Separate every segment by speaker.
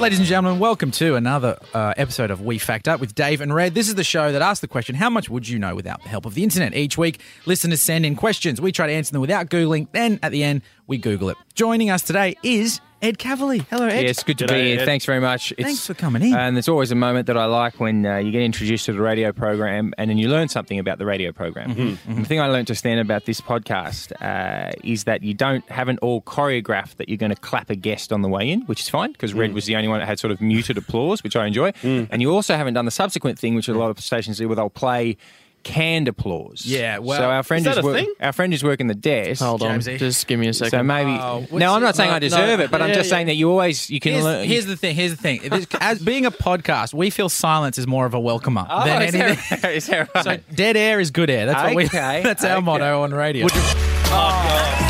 Speaker 1: Ladies and gentlemen, welcome to another uh, episode of We Fact Up with Dave and Red. This is the show that asks the question, How much would you know without the help of the internet? Each week, listeners send in questions. We try to answer them without Googling. Then at the end, we Google it. Joining us today is Ed Cavalier. Hello, Ed.
Speaker 2: Yes, good to
Speaker 3: G'day,
Speaker 2: be here.
Speaker 3: Ed.
Speaker 2: Thanks very much. It's,
Speaker 1: Thanks for coming in.
Speaker 2: And there's always a moment that I like when uh, you get introduced to the radio program and then you learn something about the radio program. And the thing I learned just then about this podcast uh, is that you don't haven't all choreographed that you're going to clap a guest on the way in, which is fine because Red was the only one that had sort of muted applause, which I enjoy. And you also haven't done the subsequent thing, which a lot of stations do, where they'll play canned applause.
Speaker 1: Yeah, well-
Speaker 2: so our friend
Speaker 3: Is that
Speaker 2: who's
Speaker 3: a
Speaker 2: wor-
Speaker 3: thing?
Speaker 2: our friend who's working the desk.
Speaker 4: Hold
Speaker 1: Jamesy.
Speaker 4: on, just give me a second.
Speaker 2: So maybe
Speaker 1: Oh, what's
Speaker 2: no, I'm
Speaker 1: it-
Speaker 2: not saying
Speaker 4: no,
Speaker 2: I deserve
Speaker 4: no.
Speaker 2: it, but I'm
Speaker 4: Yeah,
Speaker 2: just
Speaker 4: yeah.
Speaker 2: saying that you always you can
Speaker 1: Here's,
Speaker 2: learn.
Speaker 1: here's the thing. Here's the thing. It is- As being a podcast, we feel silence is more of a welcomer than
Speaker 2: Oh, is that-
Speaker 1: anything.
Speaker 2: is that
Speaker 1: So
Speaker 2: right?
Speaker 1: dead air is good air. That's what we.
Speaker 2: Okay,
Speaker 1: That's our
Speaker 2: okay.
Speaker 1: motto on radio. Oh,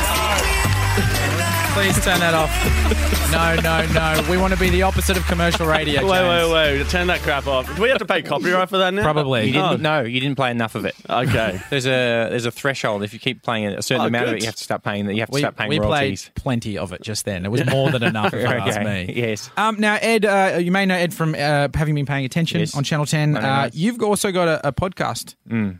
Speaker 1: Please turn that off. No, no, no. We want to be the opposite of commercial radio.
Speaker 3: Wait,
Speaker 1: James.
Speaker 3: wait, wait. Turn that crap off. Do we have to pay copyright for that now?
Speaker 1: Probably.
Speaker 2: you didn't,
Speaker 3: Oh.
Speaker 2: No, you didn't play enough of it.
Speaker 3: Okay.
Speaker 2: There's a there's a threshold. If you keep playing a certain
Speaker 3: Oh,
Speaker 2: amount of
Speaker 3: good.
Speaker 2: it, you have to start paying. You have to
Speaker 1: We,
Speaker 2: start paying
Speaker 1: we played
Speaker 2: royalties.
Speaker 1: plenty of it just then. It was more than enough, if you ask
Speaker 2: Okay,
Speaker 1: me.
Speaker 2: yes.
Speaker 1: Um, now, Ed, uh, you may know Ed from uh, having been paying attention
Speaker 2: Yes.
Speaker 1: on Channel 10.
Speaker 2: I know
Speaker 1: Uh,
Speaker 2: that.
Speaker 1: you've also got a, a podcast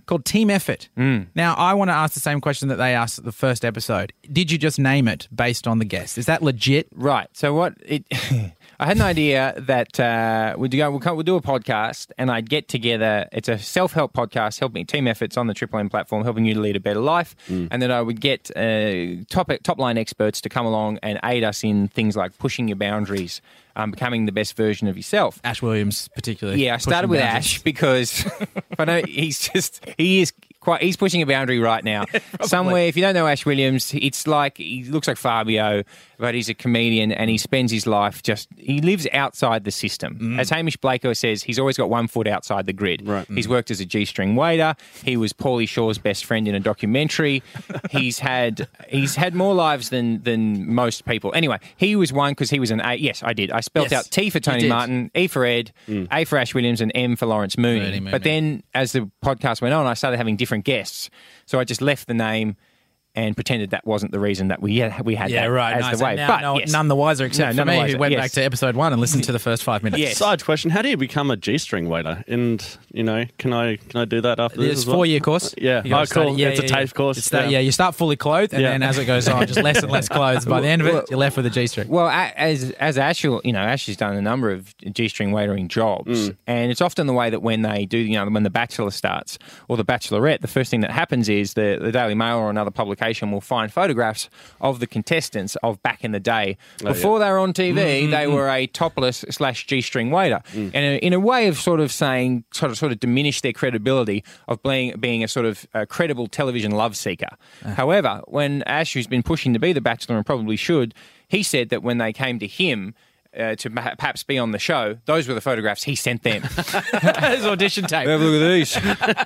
Speaker 1: called Team Effort. Now, I want to ask the same question that they asked at the first episode. Did you just name it based on the guest? Is that legit?
Speaker 2: Right. So what it. I had an idea that uh, we'd go, we'll, co- we'll do a podcast and I'd get together. It's a self help podcast, helping team efforts on the Triple M platform, helping you to lead a better life. And then I would get uh, top, top line experts to come along and aid us in things like pushing your boundaries, um, becoming the best version of yourself.
Speaker 1: Ash Williams, particularly.
Speaker 2: Yeah, I started
Speaker 1: Pushing
Speaker 2: with
Speaker 1: boundaries.
Speaker 2: Ash because I know he's just he is quite he's pushing a boundary right now. Somewhere, if you don't know Ash Williams, it's like he looks like Fabio, but he's a comedian and he spends his life just he lives outside the system.
Speaker 1: Mm.
Speaker 2: As Hamish Blakeo says, he's always got one foot outside the grid.
Speaker 3: Right.
Speaker 2: He's
Speaker 1: Mm.
Speaker 2: worked as a G-string waiter. He was Paulie Shaw's best friend in a documentary. he's had he's had more lives than than most people. Anyway, he was one because he was an A. Yes, I did. I spelt
Speaker 1: Yes,
Speaker 2: out T for
Speaker 1: you
Speaker 2: Tony
Speaker 1: did.
Speaker 2: Martin. Martin, E for Ed, A for Ash Williams, and M for Lawrence Mooney.
Speaker 1: Mooney, Mooney.
Speaker 2: But then as the podcast went on, I started having different guests. So I just left the name and pretended that wasn't the reason that we had, we had
Speaker 1: Yeah,
Speaker 2: that
Speaker 1: right.
Speaker 2: as
Speaker 1: nice.
Speaker 2: the way.
Speaker 1: And now,
Speaker 2: but
Speaker 1: no-
Speaker 2: yes.
Speaker 1: none the wiser except
Speaker 2: No,
Speaker 1: for
Speaker 2: none the
Speaker 1: me, who
Speaker 2: wiser,
Speaker 1: went
Speaker 2: yes.
Speaker 1: back to episode one and listened to the first five minutes.
Speaker 2: Yes.
Speaker 3: Side question: How do you become a G-string waiter? And you know, can I can I do that after this?
Speaker 1: It's
Speaker 3: as well?
Speaker 1: four year course.
Speaker 3: Yeah.
Speaker 1: You gotta
Speaker 3: Oh,
Speaker 1: start-
Speaker 3: cool. It's a TAFE course.
Speaker 1: It's that- yeah.
Speaker 3: Yeah.
Speaker 1: you start fully clothed, and
Speaker 3: Yeah.
Speaker 1: then as it goes on, just less and less clothes. By the end of
Speaker 2: Well-
Speaker 1: it, you're left with a G string.
Speaker 2: Well, a- as as Ash, will- you know, Ash has done a number of g-string waitering jobs, and it's often the way that when they do, you know, when the Bachelor starts or the Bachelorette, the first thing that happens is the the Daily Mail or another publication will find photographs of the contestants of back in the day before they were on TV. They were a topless slash g-string waiter, and in a, in a way of sort of saying, sort of sort of diminish their credibility of being being a sort of uh, credible television love seeker. However, when Ash, who's been pushing to be the Bachelor and probably should he said that when they came to him uh, to ma- perhaps be on the show, those were the photographs he sent them.
Speaker 1: His audition tape.
Speaker 2: Have a look at these.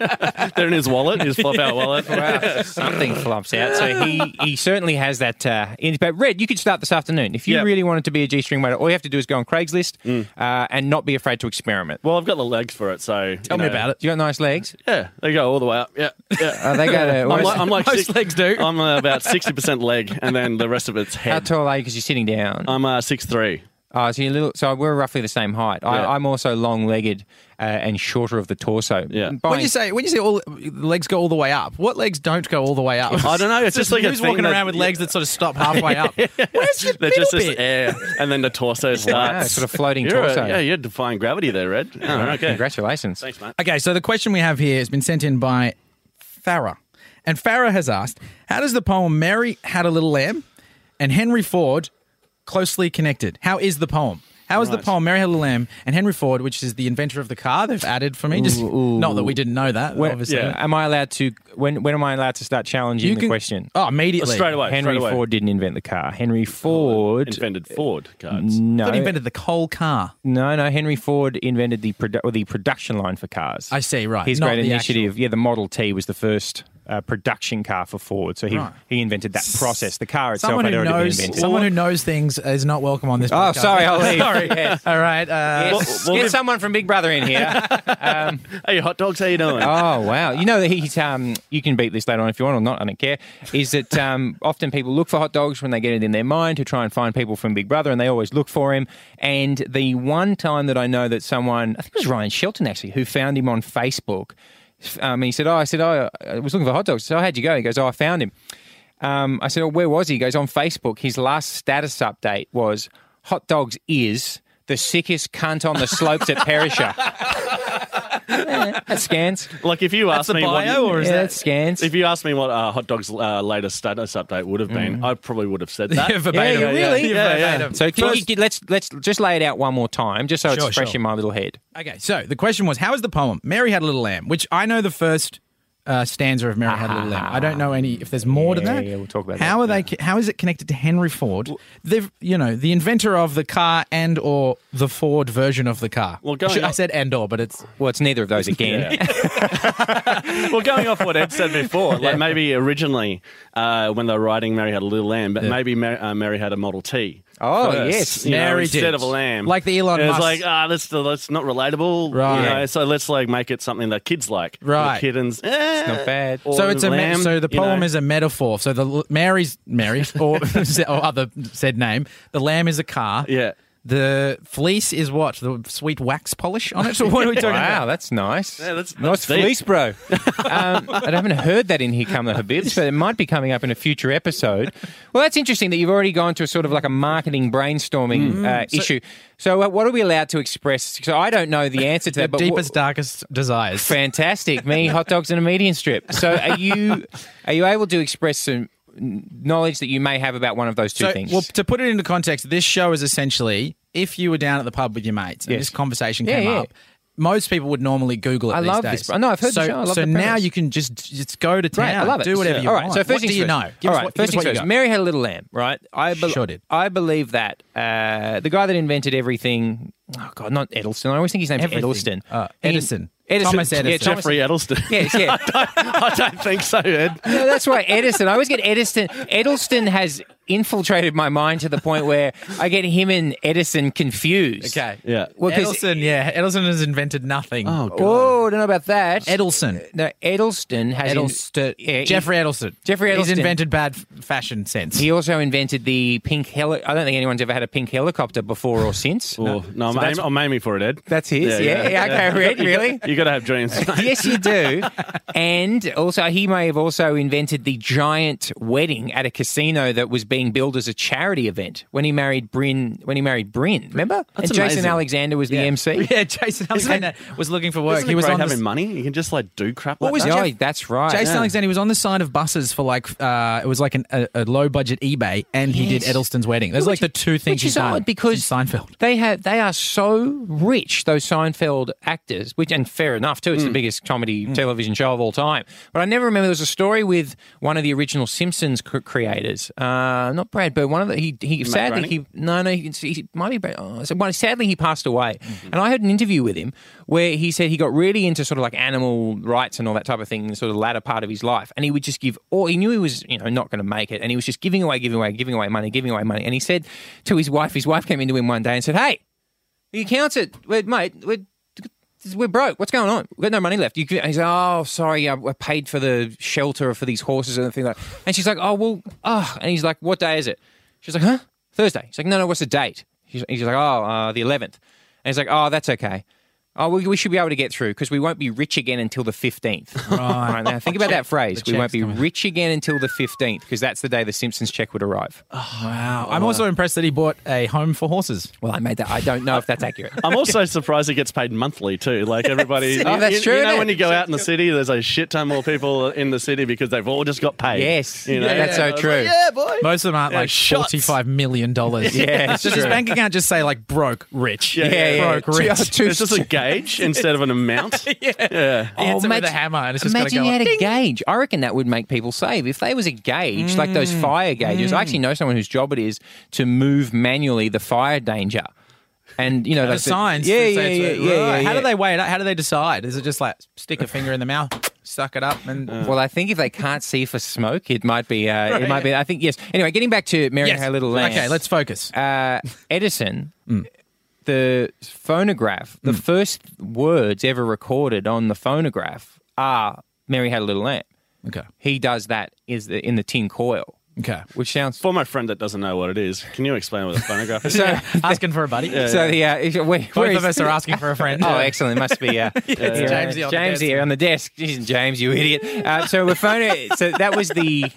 Speaker 3: They're in his wallet, his flop out wallet.
Speaker 2: Wow, something flops out. So he, he certainly has that. Uh, in, but Red, you could start this afternoon if you
Speaker 3: Yep.
Speaker 2: really wanted to be a G-string waiter. All you have to do is go on Craigslist uh, and not be afraid to experiment.
Speaker 3: Well, I've got the legs for it, Oh, so
Speaker 1: Tell me about it.
Speaker 2: You got nice legs.
Speaker 3: Yeah, they go all the way up. Yeah,
Speaker 2: Uh,
Speaker 3: yeah.
Speaker 2: they go to.
Speaker 3: I'm like, I'm like
Speaker 1: Most
Speaker 3: six-
Speaker 1: legs do.
Speaker 3: I'm uh, about sixty percent leg, and then the rest of it's
Speaker 2: how
Speaker 3: head.
Speaker 2: tall are you? Because you're sitting down.
Speaker 3: I'm uh, six three.
Speaker 2: Oh, so you little. So we're roughly the same height.
Speaker 3: Yeah.
Speaker 2: I, I'm also long-legged uh, and shorter of the torso.
Speaker 3: Yeah. When
Speaker 2: By-
Speaker 1: When you say when you say all legs go all the way up, what legs don't go all the way up?
Speaker 3: I don't know. It's just like a
Speaker 1: who's
Speaker 3: thing
Speaker 1: walking
Speaker 3: that-
Speaker 1: around with legs that sort of stop halfway up. Where's the
Speaker 3: They're
Speaker 1: middle
Speaker 3: just this
Speaker 1: bit?
Speaker 3: air, and then the torso starts.
Speaker 2: sort of floating
Speaker 3: You're a-
Speaker 2: torso.
Speaker 3: yeah, you're defying gravity there, Red. Oh, okay.
Speaker 2: Congratulations.
Speaker 3: Thanks, mate.
Speaker 1: Okay, so the question we have here has been sent in by Farah. And Farah has asked, how does the poem Mary Had a Little Lamb and Henry Ford closely connected? How is the poem? How is the
Speaker 3: Right.
Speaker 1: poem Mary Had a Little Lamb and Henry Ford, which is the inventor of the car they've added for me? Just
Speaker 2: Ooh, ooh.
Speaker 1: not that we didn't know that,
Speaker 2: When,
Speaker 1: obviously.
Speaker 3: yeah.
Speaker 2: Am I allowed to? When when am I allowed to start challenging
Speaker 1: You
Speaker 2: the
Speaker 1: can-
Speaker 2: question?
Speaker 1: Oh, immediately.
Speaker 3: Straight away.
Speaker 2: Henry
Speaker 3: straight away.
Speaker 2: Ford didn't invent the car.
Speaker 1: Oh,
Speaker 2: Henry Ford.
Speaker 3: invented Ford cards.
Speaker 1: I
Speaker 2: no,
Speaker 1: thought he invented the coal car.
Speaker 2: no, no. Henry Ford invented the produ- or the production line for cars.
Speaker 1: I see, right.
Speaker 2: His
Speaker 1: Not
Speaker 2: great
Speaker 1: the
Speaker 2: initiative. Yeah, the Model T was the first uh, production car for Ford. So he,
Speaker 1: Right.
Speaker 2: he invented that process. The car itself
Speaker 1: Someone
Speaker 2: had
Speaker 1: who
Speaker 2: already
Speaker 1: knows,
Speaker 2: been invented.
Speaker 1: someone who knows things is not welcome on this.
Speaker 2: oh,
Speaker 1: podcast.
Speaker 2: sorry, I'll leave.
Speaker 1: sorry.
Speaker 2: Yes.
Speaker 1: All right. Uh,
Speaker 2: Yes.
Speaker 3: Well, well,
Speaker 2: Get
Speaker 3: we've-
Speaker 2: someone from Big Brother in here.
Speaker 3: Hey, hot dogs, how you doing?
Speaker 2: oh wow! You know that he's um. You can beat this later on if you want or not. I don't care. Is that um? Often people look for hot dogs when they get it in their mind to try and find people from Big Brother, and they always look for him. And the one time that I know that someone, I think it was Ryan Shelton actually, who found him on Facebook. Um, he said, "Oh, I said, oh, I was looking for hot dogs. So how'd you go?" He goes, "Oh, I found him." Um, I said, "Oh, where was he?" He goes, "On Facebook. His last status update was hot dogs is." The sickest cunt on the slopes at Perisher. Yeah, that scans.
Speaker 3: Like if you asked
Speaker 1: a
Speaker 3: me
Speaker 1: bio
Speaker 3: what,
Speaker 1: or is
Speaker 2: Yeah,
Speaker 1: that-
Speaker 2: that scans.
Speaker 3: if you asked me what uh, hot dogs uh, latest status update would have been,
Speaker 1: Mm.
Speaker 3: I probably would have said that.
Speaker 1: verbatim.
Speaker 2: yeah, really?
Speaker 1: Yeah,
Speaker 3: Yeah, yeah.
Speaker 1: verbatim.
Speaker 2: so can
Speaker 1: First-
Speaker 2: you, let's let's just lay it out one more time, just so
Speaker 1: Sure,
Speaker 2: it's fresh
Speaker 1: sure.
Speaker 2: in my little head.
Speaker 1: Okay, so the question was, how is the poem "Mary Had a Little Lamb"? Which I know the first uh, stanza of "Mary Had a Little Lamb." I don't know any if there's more to
Speaker 2: Yeah,
Speaker 1: that.
Speaker 2: yeah, we'll talk about
Speaker 1: how
Speaker 2: that,
Speaker 1: are they? How is it connected to Henry Ford? They've, you know, the inventor of the car and or the Ford version of the car.
Speaker 3: Well, going
Speaker 1: Should- I
Speaker 3: on-
Speaker 1: said and or, but it's
Speaker 2: Well, it's neither of those again.
Speaker 3: well, going off what Ed said before, like maybe originally uh, when they were writing, Mary had a little lamb, but maybe Mary, uh, Mary had a Model T.
Speaker 2: Oh,
Speaker 3: first,
Speaker 2: yes.
Speaker 3: you know,
Speaker 1: Mary
Speaker 3: instead
Speaker 1: did.
Speaker 3: of a lamb,
Speaker 1: Like the Elon
Speaker 3: It was
Speaker 1: Musk.
Speaker 3: like ah, that's that's not relatable,
Speaker 1: Right.
Speaker 3: You know, so let's like make it something that kids like,
Speaker 1: Right.
Speaker 3: The kittens, eh. it's
Speaker 2: not bad.
Speaker 1: so it's a me- so the poem is a metaphor. So the l- Mary's Mary or, or other said name. The lamb is a car.
Speaker 3: yeah.
Speaker 1: The fleece is what the sweet wax polish on it. So what are we talking about?
Speaker 2: Wow, that's nice.
Speaker 3: Yeah, that's-
Speaker 2: nice
Speaker 3: that's deep.
Speaker 2: fleece, bro. um, I haven't heard that in Here Come the Habibs, but it might be coming up in a future episode. Well, that's interesting that you've already gone to a sort of like a marketing brainstorming
Speaker 1: Mm.
Speaker 2: uh, issue. So, uh, what are we allowed to express? So, I don't know the answer to
Speaker 1: The
Speaker 2: that, but wh-
Speaker 1: deepest, darkest desires.
Speaker 2: Fantastic. Me, hot dogs and a medium strip. So are you are you able to express some knowledge that you may have about one of those two
Speaker 1: So,
Speaker 2: things?
Speaker 1: well, to put it into context, this show is essentially if you were down at the pub with your mates and
Speaker 2: Yes.
Speaker 1: this conversation
Speaker 2: Yeah,
Speaker 1: came
Speaker 2: yeah.
Speaker 1: up. Most people would normally Google it.
Speaker 2: I
Speaker 1: these
Speaker 2: love
Speaker 1: days.
Speaker 2: this. No, I've heard the
Speaker 1: so,
Speaker 2: show. I love
Speaker 1: so
Speaker 2: the
Speaker 1: now
Speaker 2: premise.
Speaker 1: you can just just go to town.
Speaker 2: Right, I love it.
Speaker 1: Do whatever you
Speaker 2: All
Speaker 1: want.
Speaker 2: right, so first
Speaker 1: what
Speaker 2: things
Speaker 1: do you
Speaker 2: first.
Speaker 1: know? Give
Speaker 2: All
Speaker 1: us
Speaker 2: right,
Speaker 1: what-
Speaker 2: first
Speaker 1: give us
Speaker 2: things
Speaker 1: what you
Speaker 2: first.
Speaker 1: got.
Speaker 2: Mary had a little lamb, right? I bel-
Speaker 1: Sure did.
Speaker 2: I believe that uh, the guy that invented everything. Oh God, not Edelston. I always think his name's
Speaker 1: Everything.
Speaker 2: Edelston.
Speaker 1: Uh,
Speaker 2: He-
Speaker 1: Edison.
Speaker 2: Edison.
Speaker 1: Thomas Edison.
Speaker 2: Yeah, Thomas-
Speaker 3: Jeffrey Edelston.
Speaker 2: Yes, yeah.
Speaker 3: I don't think so, Ed.
Speaker 2: No, that's right, Edison. I always get Edison. Edelston has infiltrated my mind to the point where I get him and Edison confused.
Speaker 1: Okay.
Speaker 3: Yeah.
Speaker 2: Well, 'cause-
Speaker 1: Edelson, yeah, Edelson has invented nothing.
Speaker 3: Oh god.
Speaker 2: Oh, don't know about that.
Speaker 1: Edelson,
Speaker 2: no, Edelston has in-
Speaker 1: Edelst-
Speaker 2: Yeah, he-
Speaker 1: Jeffrey Edelson.
Speaker 2: Jeffrey
Speaker 1: He's
Speaker 2: Edelston.
Speaker 1: invented bad f- fashion sense.
Speaker 2: He also invented the pink heli. I don't think anyone's ever had a pink helicopter before or since.
Speaker 3: Or- no, I'm, aim, I'm aiming for it, Ed.
Speaker 2: That's his. Yeah. Okay, Red, really?
Speaker 3: You got to have dreams.
Speaker 2: yes, you do. And also, he may have also invented the giant wedding at a casino that was being billed as a charity event when he married Bryn. When he married Bryn, remember? and Jason
Speaker 3: amazing.
Speaker 2: Alexander was the MC.
Speaker 1: yeah, Jason Alexander was looking for work.
Speaker 3: Isn't
Speaker 1: He was on
Speaker 3: having
Speaker 1: the
Speaker 3: money. You can just like do crap. like
Speaker 1: was
Speaker 3: that.
Speaker 1: Jeff-
Speaker 2: Oh, that's right.
Speaker 1: Jason
Speaker 2: yeah.
Speaker 1: Alexander was on the side of buses for like uh, it was like an, a, a low budget eBay, and he did
Speaker 2: Yes.
Speaker 1: Edelston's wedding. Those are like the two things
Speaker 2: Which
Speaker 1: he's
Speaker 2: is
Speaker 1: done
Speaker 2: odd because
Speaker 1: since Seinfeld.
Speaker 2: They have they are so rich those Seinfeld actors, which and fair enough too.
Speaker 1: Mm.
Speaker 2: It's the biggest comedy television show of all time. But I never remember there was a story with one of the original Simpsons cr- creators, uh, not Brad, but one of the he, he sadly
Speaker 3: Groening?
Speaker 2: he no no he, he might be Brad. Oh, so, well, sadly he passed away, and I heard an interview with him where he said he got really into sort of like animal rights and all that type of thing, in the sort of latter part of his life, and he would just give all he knew he was you know not going to make it, and he was just giving away, giving away, giving away money, giving away money, and he said to his wife, his wife came into him one day and said, "Hey, you counted, we're, mate, we're." We're broke. What's going on? We've got no money left. You, can-" he's like, oh, sorry, I, I paid for the shelter for these horses and things like. That. And she's like, oh well, oh. And he's like, what day is it? She's like, huh? Thursday. He's like, no, no. What's the date? He's, he's like, oh, uh, the eleventh. And he's like, oh, that's okay. Oh, we, we should be able to get through because we won't be rich again until the fifteenth. Right. now, think about that phrase. We won't
Speaker 1: check's
Speaker 2: be rich again until the fifteenth because that's the day the Simpsons check would arrive.
Speaker 3: Oh.
Speaker 1: Wow, I'm also impressed that he bought a home for horses.
Speaker 2: Well, I made that. I don't know if that's accurate.
Speaker 3: I'm also surprised it gets paid monthly too. Like everybody,
Speaker 2: Oh,
Speaker 3: you-
Speaker 2: that's
Speaker 3: you,
Speaker 2: true,
Speaker 3: You know
Speaker 2: isn't
Speaker 3: when
Speaker 2: it?
Speaker 3: you go out in the city, there's a shit ton more people in the city because they've all just got paid.
Speaker 2: Yes,
Speaker 3: you know?
Speaker 2: that's
Speaker 3: I
Speaker 2: so
Speaker 3: was
Speaker 2: true.
Speaker 3: like, yeah, boy.
Speaker 1: Most of them aren't
Speaker 3: Yeah,
Speaker 1: like
Speaker 3: shots.
Speaker 1: forty-five million dollars.
Speaker 2: Yeah,
Speaker 1: Does his
Speaker 2: true.
Speaker 1: bank account just say like broke rich?
Speaker 3: Yeah, yeah, yeah.
Speaker 1: broke rich.
Speaker 2: Two- two
Speaker 3: It's just a gauge instead of an amount.
Speaker 1: Hits it with
Speaker 2: Oh, imagine-
Speaker 1: a hammer and it's just gonna
Speaker 2: imagine
Speaker 1: go
Speaker 2: you had
Speaker 1: up.
Speaker 2: a gauge. I reckon that would make people save. If there was a gauge, like those
Speaker 1: Mm.
Speaker 2: fire gauges, I actually know someone whose job it is to move manually the fire danger. And you know
Speaker 1: The
Speaker 2: that's
Speaker 1: signs.
Speaker 2: Yeah,
Speaker 1: that
Speaker 2: yeah,
Speaker 1: say
Speaker 2: yeah,
Speaker 1: it's-
Speaker 2: yeah, yeah,
Speaker 1: How do
Speaker 2: yeah.
Speaker 1: they weigh it? up? How do they decide? Is it just like stick a finger in the mouth? suck it up and
Speaker 2: Well, I think if they can't see for smoke, it might be. Uh,
Speaker 1: Right.
Speaker 2: It might be. I think yes. Anyway, getting back to Mary
Speaker 1: yes.
Speaker 2: and her little lamb.
Speaker 1: Okay, let's Mm. focus.
Speaker 2: Uh, Edison, the phonograph, the
Speaker 1: Mm.
Speaker 2: first words ever recorded on the phonograph are "Mary had a little lamb."
Speaker 1: Okay.
Speaker 2: He does that is the, in the tin coil,
Speaker 1: Okay.
Speaker 2: which sounds.
Speaker 3: For my friend that doesn't know what it is, can you explain what a phonograph is?
Speaker 2: So,
Speaker 1: asking for a buddy.
Speaker 2: so the uh, is- where, where
Speaker 1: Both
Speaker 2: is-
Speaker 1: of us are asking for a friend.
Speaker 2: Oh, excellent! It must be uh,
Speaker 1: it's
Speaker 2: uh,
Speaker 1: Jamesy on the
Speaker 2: Jamesy
Speaker 1: desk.
Speaker 2: on the desk. Jeez, James, you idiot! Uh, so we're phoning. So that was the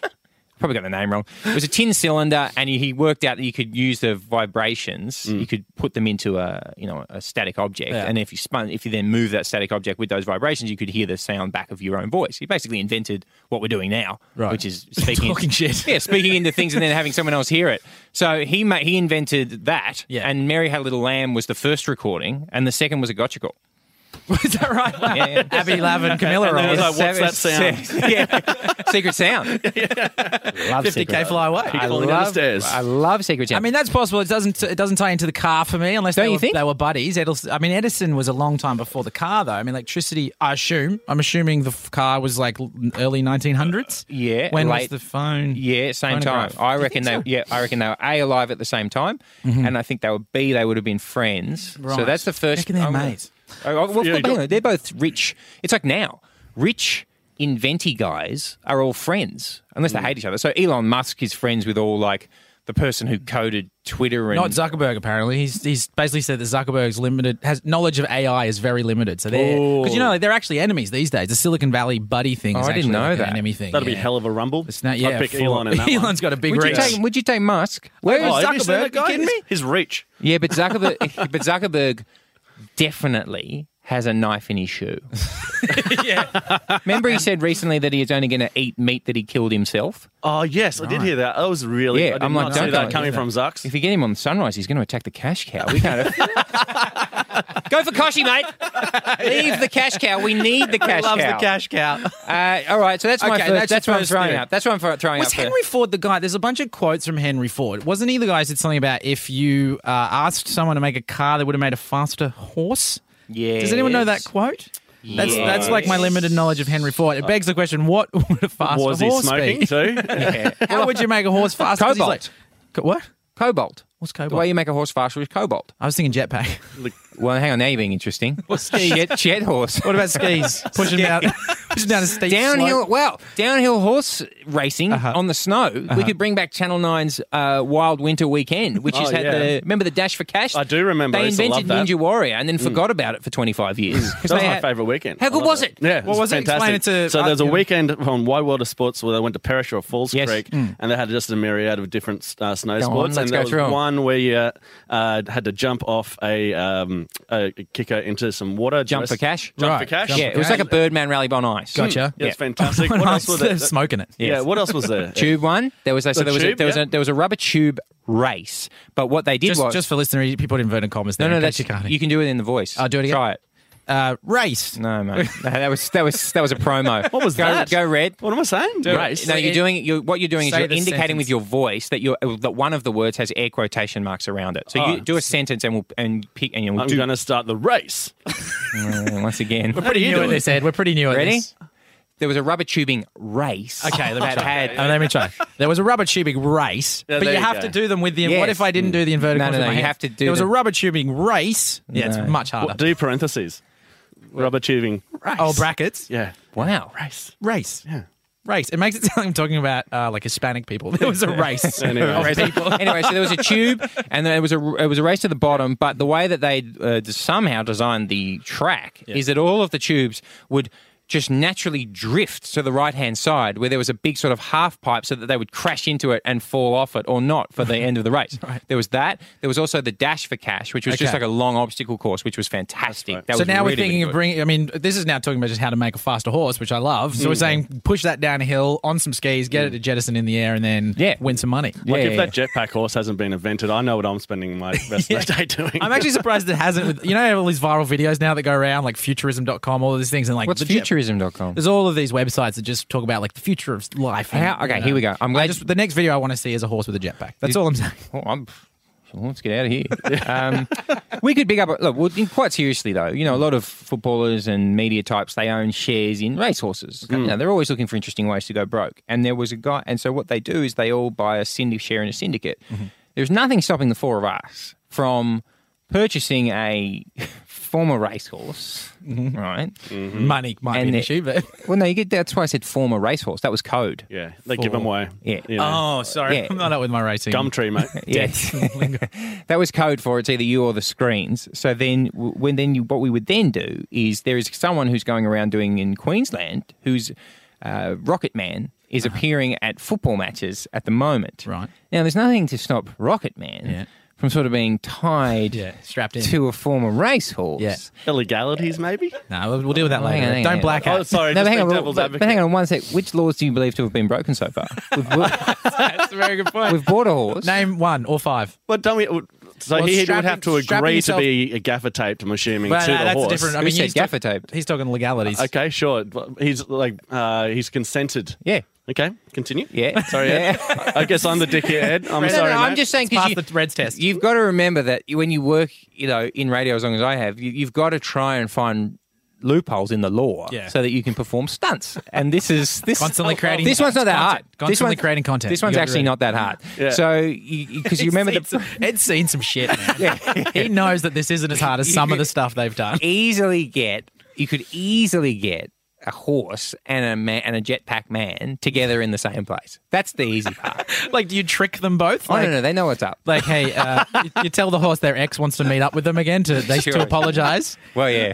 Speaker 2: probably got the name wrong. It was a tin cylinder, and he worked out that you could use the vibrations. You could put them into a you know a static object,
Speaker 1: Mm. Yeah.
Speaker 2: and if you spun, if you then move that static object with those vibrations, you could hear the sound back of your own voice. He basically invented what we're doing now,
Speaker 1: Right.
Speaker 2: which is speaking
Speaker 1: Talking shit.
Speaker 2: Yeah, speaking into things and then having someone else hear it. So he ma- he invented that,
Speaker 1: Yeah.
Speaker 2: and Mary Had a Little Lamb was the first recording, and the second was a gotcha call.
Speaker 1: Is that right? Wow.
Speaker 2: Yeah, yeah.
Speaker 1: Abby Lav and Camilla are
Speaker 3: And then
Speaker 1: on
Speaker 3: it's
Speaker 1: this.
Speaker 3: like, what's that sound?
Speaker 2: yeah. Secret sound.
Speaker 4: Love
Speaker 1: 50k
Speaker 4: secret.
Speaker 1: fly away.
Speaker 2: I
Speaker 3: falling down the stairs.
Speaker 2: I love secret sound.
Speaker 1: I mean, that's possible. It doesn't. It doesn't tie into the car for me, unless
Speaker 2: Don't
Speaker 1: they,
Speaker 2: you
Speaker 1: were,
Speaker 2: think?
Speaker 1: they were buddies. Edison, I mean, Edison was a long time before the car, though. I mean, electricity. I assume. I'm assuming the f- car was like l- early 1900s.
Speaker 2: Uh, yeah,
Speaker 1: When
Speaker 2: late-
Speaker 1: was the phone?
Speaker 2: yeah, same time.
Speaker 1: Phonograph.
Speaker 2: I
Speaker 1: You
Speaker 2: reckon they.
Speaker 1: think so? Mm-hmm.
Speaker 2: Yeah, I reckon they were a alive at the same time, and I think they were b they would have been friends. So
Speaker 1: Right.
Speaker 2: that's the first.
Speaker 1: Reckon they're
Speaker 2: I'm gonna-
Speaker 1: mates.
Speaker 2: Oh, oh, well,
Speaker 3: Yeah, you
Speaker 2: hang
Speaker 3: got-
Speaker 2: on, they're both rich. It's like now, rich inventy guys are all friends unless
Speaker 1: Mm.
Speaker 2: they hate each other. So Elon Musk is friends with all like the person who coded Twitter and
Speaker 1: Not Zuckerberg. Apparently, he's he's basically said that Zuckerberg's limited has knowledge of AI is very limited. So they're because you know like, they're actually enemies these days. The Silicon Valley buddy thing.
Speaker 2: Oh,
Speaker 1: is
Speaker 2: I didn't
Speaker 1: actually,
Speaker 2: know
Speaker 1: like, an
Speaker 2: that.
Speaker 1: enemy thing.
Speaker 3: That'd be
Speaker 1: yeah.
Speaker 3: hell of a rumble.
Speaker 1: It's not, yeah,
Speaker 3: I'd pick
Speaker 1: full-
Speaker 3: Elon in that
Speaker 1: Elon's
Speaker 3: one.
Speaker 1: got a big
Speaker 2: Would you,
Speaker 1: reach.
Speaker 2: take, would you take Musk? Where
Speaker 3: Oh,
Speaker 2: is
Speaker 3: have you seen
Speaker 2: Zuckerberg?
Speaker 3: that guy?
Speaker 2: You kidding me?
Speaker 3: His reach.
Speaker 2: Yeah, but Zuckerberg, but Zuckerberg definitely has a knife in his shoe. yeah. Remember, he said recently that he is only going to eat meat that he killed himself.
Speaker 3: Oh yes, I did hear that. That was really.
Speaker 2: Yeah,
Speaker 3: I did
Speaker 2: I'm like,
Speaker 3: not
Speaker 2: don't
Speaker 3: see
Speaker 2: go
Speaker 3: that
Speaker 2: like
Speaker 3: coming
Speaker 2: that.
Speaker 3: from Zucks.
Speaker 2: If you get him on Sunrise, he's going to attack the cash cow. We can't. Go for Koshy, mate. Leave the cash cow. We need the cash
Speaker 1: Loves
Speaker 2: cow.
Speaker 1: the cash cow.
Speaker 2: Uh, all right, so that's my
Speaker 1: Okay,
Speaker 2: first.
Speaker 1: that's
Speaker 2: That's,
Speaker 1: your
Speaker 2: what I'm
Speaker 1: first
Speaker 2: throwing
Speaker 1: theory.
Speaker 2: up. That's what I'm fro- throwing
Speaker 1: Was
Speaker 2: up. for-
Speaker 1: Henry Ford the guy? There's a bunch of quotes from Henry Ford. Wasn't he the guy who said something about if you uh, asked someone to make a car, they would have made a faster horse? Does anyone know that
Speaker 2: Yes.
Speaker 1: quote? That's
Speaker 2: Yes.
Speaker 1: that's like my limited knowledge of Henry Ford. It begs the question: What would a faster
Speaker 3: Was he
Speaker 1: horse
Speaker 3: smoking
Speaker 1: be?
Speaker 3: too?
Speaker 2: Yeah.
Speaker 1: How would you make a horse faster? 'Cause he's
Speaker 2: Cobalt.
Speaker 1: like- what?
Speaker 2: Cobalt.
Speaker 1: What's
Speaker 2: The
Speaker 1: cobalt?
Speaker 2: way you make a horse faster is cobalt.
Speaker 1: I was thinking jetpack.
Speaker 2: Well, hang on. Now you're being interesting. What's jet, jet horse?
Speaker 1: What about skis? Pushing down, pushing down a steep
Speaker 2: downhill?
Speaker 1: slope.
Speaker 2: Well, downhill horse racing
Speaker 3: Uh-huh.
Speaker 2: on the snow. We could bring back Channel 9's uh, Wild Winter Weekend, which has
Speaker 3: Oh,
Speaker 2: had
Speaker 3: yeah.
Speaker 2: the remember the Dash for Cash.
Speaker 3: I do remember. I
Speaker 2: They
Speaker 3: used to
Speaker 2: invented
Speaker 3: love that. Mm.
Speaker 2: Ninja Warrior and then forgot about it for 25 years.
Speaker 3: That was my favourite weekend.
Speaker 2: How
Speaker 3: I
Speaker 2: good
Speaker 3: loved
Speaker 2: was it?
Speaker 3: Yeah,
Speaker 1: What was it? Explain
Speaker 3: fantastic.
Speaker 1: it to-
Speaker 3: so there was a
Speaker 1: uh,
Speaker 3: weekend on Wide World of Sports where they went to Perisher or Falls
Speaker 2: Yes. Mm.
Speaker 3: Creek, and they had just a myriad of different uh, snow
Speaker 2: Go on,
Speaker 3: sports.
Speaker 2: let's go
Speaker 3: and there was
Speaker 2: through 'em.
Speaker 3: one where you uh, uh, had to jump off a, um, a kicker into some water.
Speaker 2: Jump for
Speaker 3: dressed-
Speaker 2: cash.
Speaker 3: Jump
Speaker 1: Right,
Speaker 3: for cash.
Speaker 1: jump
Speaker 2: Yeah,
Speaker 1: for
Speaker 2: it was like a Birdman rally on ice.
Speaker 1: Gotcha.
Speaker 3: Yeah, it's
Speaker 2: Yeah.
Speaker 3: fantastic.
Speaker 1: When
Speaker 3: what
Speaker 1: I
Speaker 3: else was there?
Speaker 1: smoking it.
Speaker 3: Yeah, what else was there?
Speaker 2: Mm. Tube one. There was a, so
Speaker 3: The
Speaker 2: there was a,
Speaker 3: tube,
Speaker 2: there was
Speaker 3: yeah.
Speaker 2: a, there was a rubber tube race. But what they did
Speaker 1: Just,
Speaker 2: was
Speaker 1: just for listeners, people put inverted commas.
Speaker 2: no
Speaker 1: there
Speaker 2: no
Speaker 1: in case
Speaker 2: that's
Speaker 1: you can't.
Speaker 2: you can do it in the voice.
Speaker 1: I'll do it again.
Speaker 2: Try it.
Speaker 1: Uh, race.
Speaker 2: No man, No, that was that was that was a promo. what
Speaker 3: was
Speaker 2: go,
Speaker 3: that?
Speaker 2: Go red.
Speaker 3: What am I saying? Race.
Speaker 2: No,
Speaker 1: So
Speaker 2: you're
Speaker 1: it-
Speaker 2: doing you're, what you're doing is
Speaker 1: Say
Speaker 2: you're
Speaker 1: the
Speaker 2: indicating
Speaker 1: sentence.
Speaker 2: with your voice that you're that one of the words has air quotation marks around it. So
Speaker 3: Oh.
Speaker 2: you do a sentence and we'll and pick and we'll
Speaker 3: I'm
Speaker 2: do
Speaker 3: going to start the race.
Speaker 2: once again.
Speaker 1: Pretty new at
Speaker 3: doing?
Speaker 1: this, Ed. We're pretty new at
Speaker 2: Ready?
Speaker 1: this.
Speaker 2: There was a rubber tubing race.
Speaker 1: Okay, let me
Speaker 2: that
Speaker 1: try.
Speaker 2: had
Speaker 1: Oh, let me try. There was a rubber tubing race,
Speaker 3: Yeah,
Speaker 1: but
Speaker 3: there
Speaker 1: you
Speaker 3: you
Speaker 1: have
Speaker 3: go.
Speaker 1: to do them with the. What
Speaker 2: Yes.
Speaker 1: if I didn't do the inverted?
Speaker 2: No,
Speaker 1: commas
Speaker 2: no,
Speaker 1: with
Speaker 2: no,
Speaker 1: my
Speaker 2: you
Speaker 1: hands?
Speaker 2: have to do
Speaker 1: There was a
Speaker 2: the-
Speaker 1: rubber tubing race. Yeah,
Speaker 2: No.
Speaker 1: it's much harder.
Speaker 3: What, do parentheses. Rubber tubing.
Speaker 1: Oh, brackets.
Speaker 3: Yeah.
Speaker 2: wow.
Speaker 3: Race.
Speaker 1: Race. Yeah. Race. It makes it sound like I'm talking about uh, like Hispanic people. There was a race.
Speaker 3: Anyway.
Speaker 1: of
Speaker 2: Race.
Speaker 1: people.
Speaker 2: anyway, so there was a tube, and there was a it was a race to the bottom. But the way that they uh, d- somehow designed the track is that all of the tubes would just naturally drift to the right hand side, where there was a big sort of half pipe, so that they would crash into it and fall off it or not for the end of the race. There was that. There was also the dash for cash, which was just
Speaker 1: Okay.
Speaker 2: like a long obstacle course, which was fantastic. That
Speaker 1: So
Speaker 2: was
Speaker 1: now
Speaker 2: really,
Speaker 1: we're thinking
Speaker 2: really
Speaker 1: of
Speaker 2: good.
Speaker 1: bringing. I mean, this is now talking about just how to make a faster horse, which I love.
Speaker 2: Mm.
Speaker 1: So we're saying push that down a hill on some skis, get it to jettison in the air, and then
Speaker 2: Yeah.
Speaker 1: win some money.
Speaker 3: Like
Speaker 2: Yeah,
Speaker 3: if
Speaker 2: yeah.
Speaker 3: that jetpack horse hasn't been invented, I know what I'm spending my rest of the day doing.
Speaker 1: I'm actually surprised it hasn't. With, you know, all these viral videos now that go around, like futurism.com, all of these things, and like
Speaker 2: What's
Speaker 1: the jet-
Speaker 2: futurism.com?
Speaker 1: There's all of these websites that just talk about like the future of life. and,
Speaker 2: How- okay,
Speaker 1: you know,
Speaker 2: here we go. I'm
Speaker 1: I
Speaker 2: glad.
Speaker 1: just, the next video I want to see is a horse with a jetpack. That's all I'm saying.
Speaker 2: Well, Oh, I'm- well, let's get out of here. Um, we could pick up. Look, well, in- quite seriously though, you know, a lot of footballers and media types they own shares in racehorses.
Speaker 1: Mm.
Speaker 2: You know, they're always looking for interesting ways to go broke. And there was a guy, and so what they do is they all buy a syndic share in a syndicate.
Speaker 1: Mm-hmm.
Speaker 2: There's nothing stopping the four of us from purchasing a former racehorse,
Speaker 1: Mm-hmm.
Speaker 2: right?
Speaker 1: Mm.
Speaker 3: Mm-hmm.
Speaker 1: Money might be
Speaker 2: And
Speaker 1: an
Speaker 2: the-
Speaker 1: issue, but
Speaker 2: Well, no, you get that's why I said former racehorse. That was code.
Speaker 3: Yeah, they give 'em give them away.
Speaker 2: Yeah.
Speaker 3: You know,
Speaker 1: oh, sorry,
Speaker 2: Yeah.
Speaker 1: I'm not up with my racing.
Speaker 3: Gumtree, mate.
Speaker 2: Yes, that was code for it's either you or the screens. So then, w- when then you, what we would then do is there is someone who's going around doing in Queensland who's uh, Rocket Man is appearing at football matches at the moment.
Speaker 1: Uh-huh. Right.
Speaker 2: now, there's nothing to stop Rocket Man
Speaker 1: Yeah.
Speaker 2: from sort of being tied
Speaker 1: Yeah, strapped in.
Speaker 2: to a former racehorse.
Speaker 1: Yeah.
Speaker 3: Illegalities, maybe?
Speaker 1: No, we'll, we'll deal with that
Speaker 2: Well, hang
Speaker 1: later.
Speaker 2: on, hang on,
Speaker 1: Don't
Speaker 2: hang
Speaker 1: black
Speaker 3: on.
Speaker 1: out.
Speaker 3: Oh, sorry.
Speaker 2: No,
Speaker 3: just
Speaker 2: but hang
Speaker 3: be
Speaker 2: on,
Speaker 3: devil's
Speaker 2: but, but
Speaker 3: advocate.
Speaker 2: hang on one sec. Which laws do you believe to have been broken so far? We've, bought-
Speaker 1: That's a very good point.
Speaker 2: we've bought a horse.
Speaker 1: Name one or five.
Speaker 3: Well, don't we? So
Speaker 1: Well,
Speaker 3: he would
Speaker 1: strapping-
Speaker 3: have to
Speaker 1: strapping
Speaker 3: agree
Speaker 1: yourself-
Speaker 3: to be gaffer taped, I'm assuming,
Speaker 1: Well,
Speaker 3: to
Speaker 1: no,
Speaker 3: the
Speaker 1: that's
Speaker 3: horse.
Speaker 1: different. I
Speaker 2: Who
Speaker 1: mean,
Speaker 2: said
Speaker 1: he's
Speaker 2: gaffer
Speaker 1: talk-
Speaker 2: taped?
Speaker 1: He's talking legalities.
Speaker 3: Okay, sure. He's like uh, he's consented.
Speaker 2: Yeah.
Speaker 3: Okay, continue.
Speaker 2: Yeah.
Speaker 3: Sorry, Ed.
Speaker 2: Yeah.
Speaker 3: I guess I'm the dickhead. Ed. I'm
Speaker 2: No,
Speaker 3: sorry.
Speaker 2: no, I'm
Speaker 3: mate.
Speaker 2: just saying
Speaker 1: It's
Speaker 2: because
Speaker 1: past the Reds test.
Speaker 2: You've got to remember that when you work, you know, in radio as long as I have, you, you've got to try and find loopholes in the law
Speaker 1: Yeah.
Speaker 2: so that you can perform stunts. And this is this
Speaker 1: Constantly creating
Speaker 2: This one's not that
Speaker 1: content.
Speaker 2: hard. This
Speaker 1: Constantly
Speaker 2: one's-
Speaker 1: creating content.
Speaker 2: This one's
Speaker 1: You're
Speaker 2: actually
Speaker 1: right.
Speaker 2: not that hard.
Speaker 3: Yeah.
Speaker 2: So because
Speaker 1: He's
Speaker 2: you, remember
Speaker 1: seen
Speaker 2: the.
Speaker 1: some- Ed's seen some shit, man. He knows that this isn't as hard as some of the stuff they've done.
Speaker 2: easily get you could easily get a horse and a man and a jetpack man together in the same place. That's the easy part.
Speaker 1: Like, do you trick them both?
Speaker 2: I
Speaker 1: Like,
Speaker 2: don't know. They know what's up.
Speaker 1: like hey, uh, you, you tell the horse their ex wants to meet up with them again to they
Speaker 2: Sure.
Speaker 1: to apologize.
Speaker 2: Well, yeah.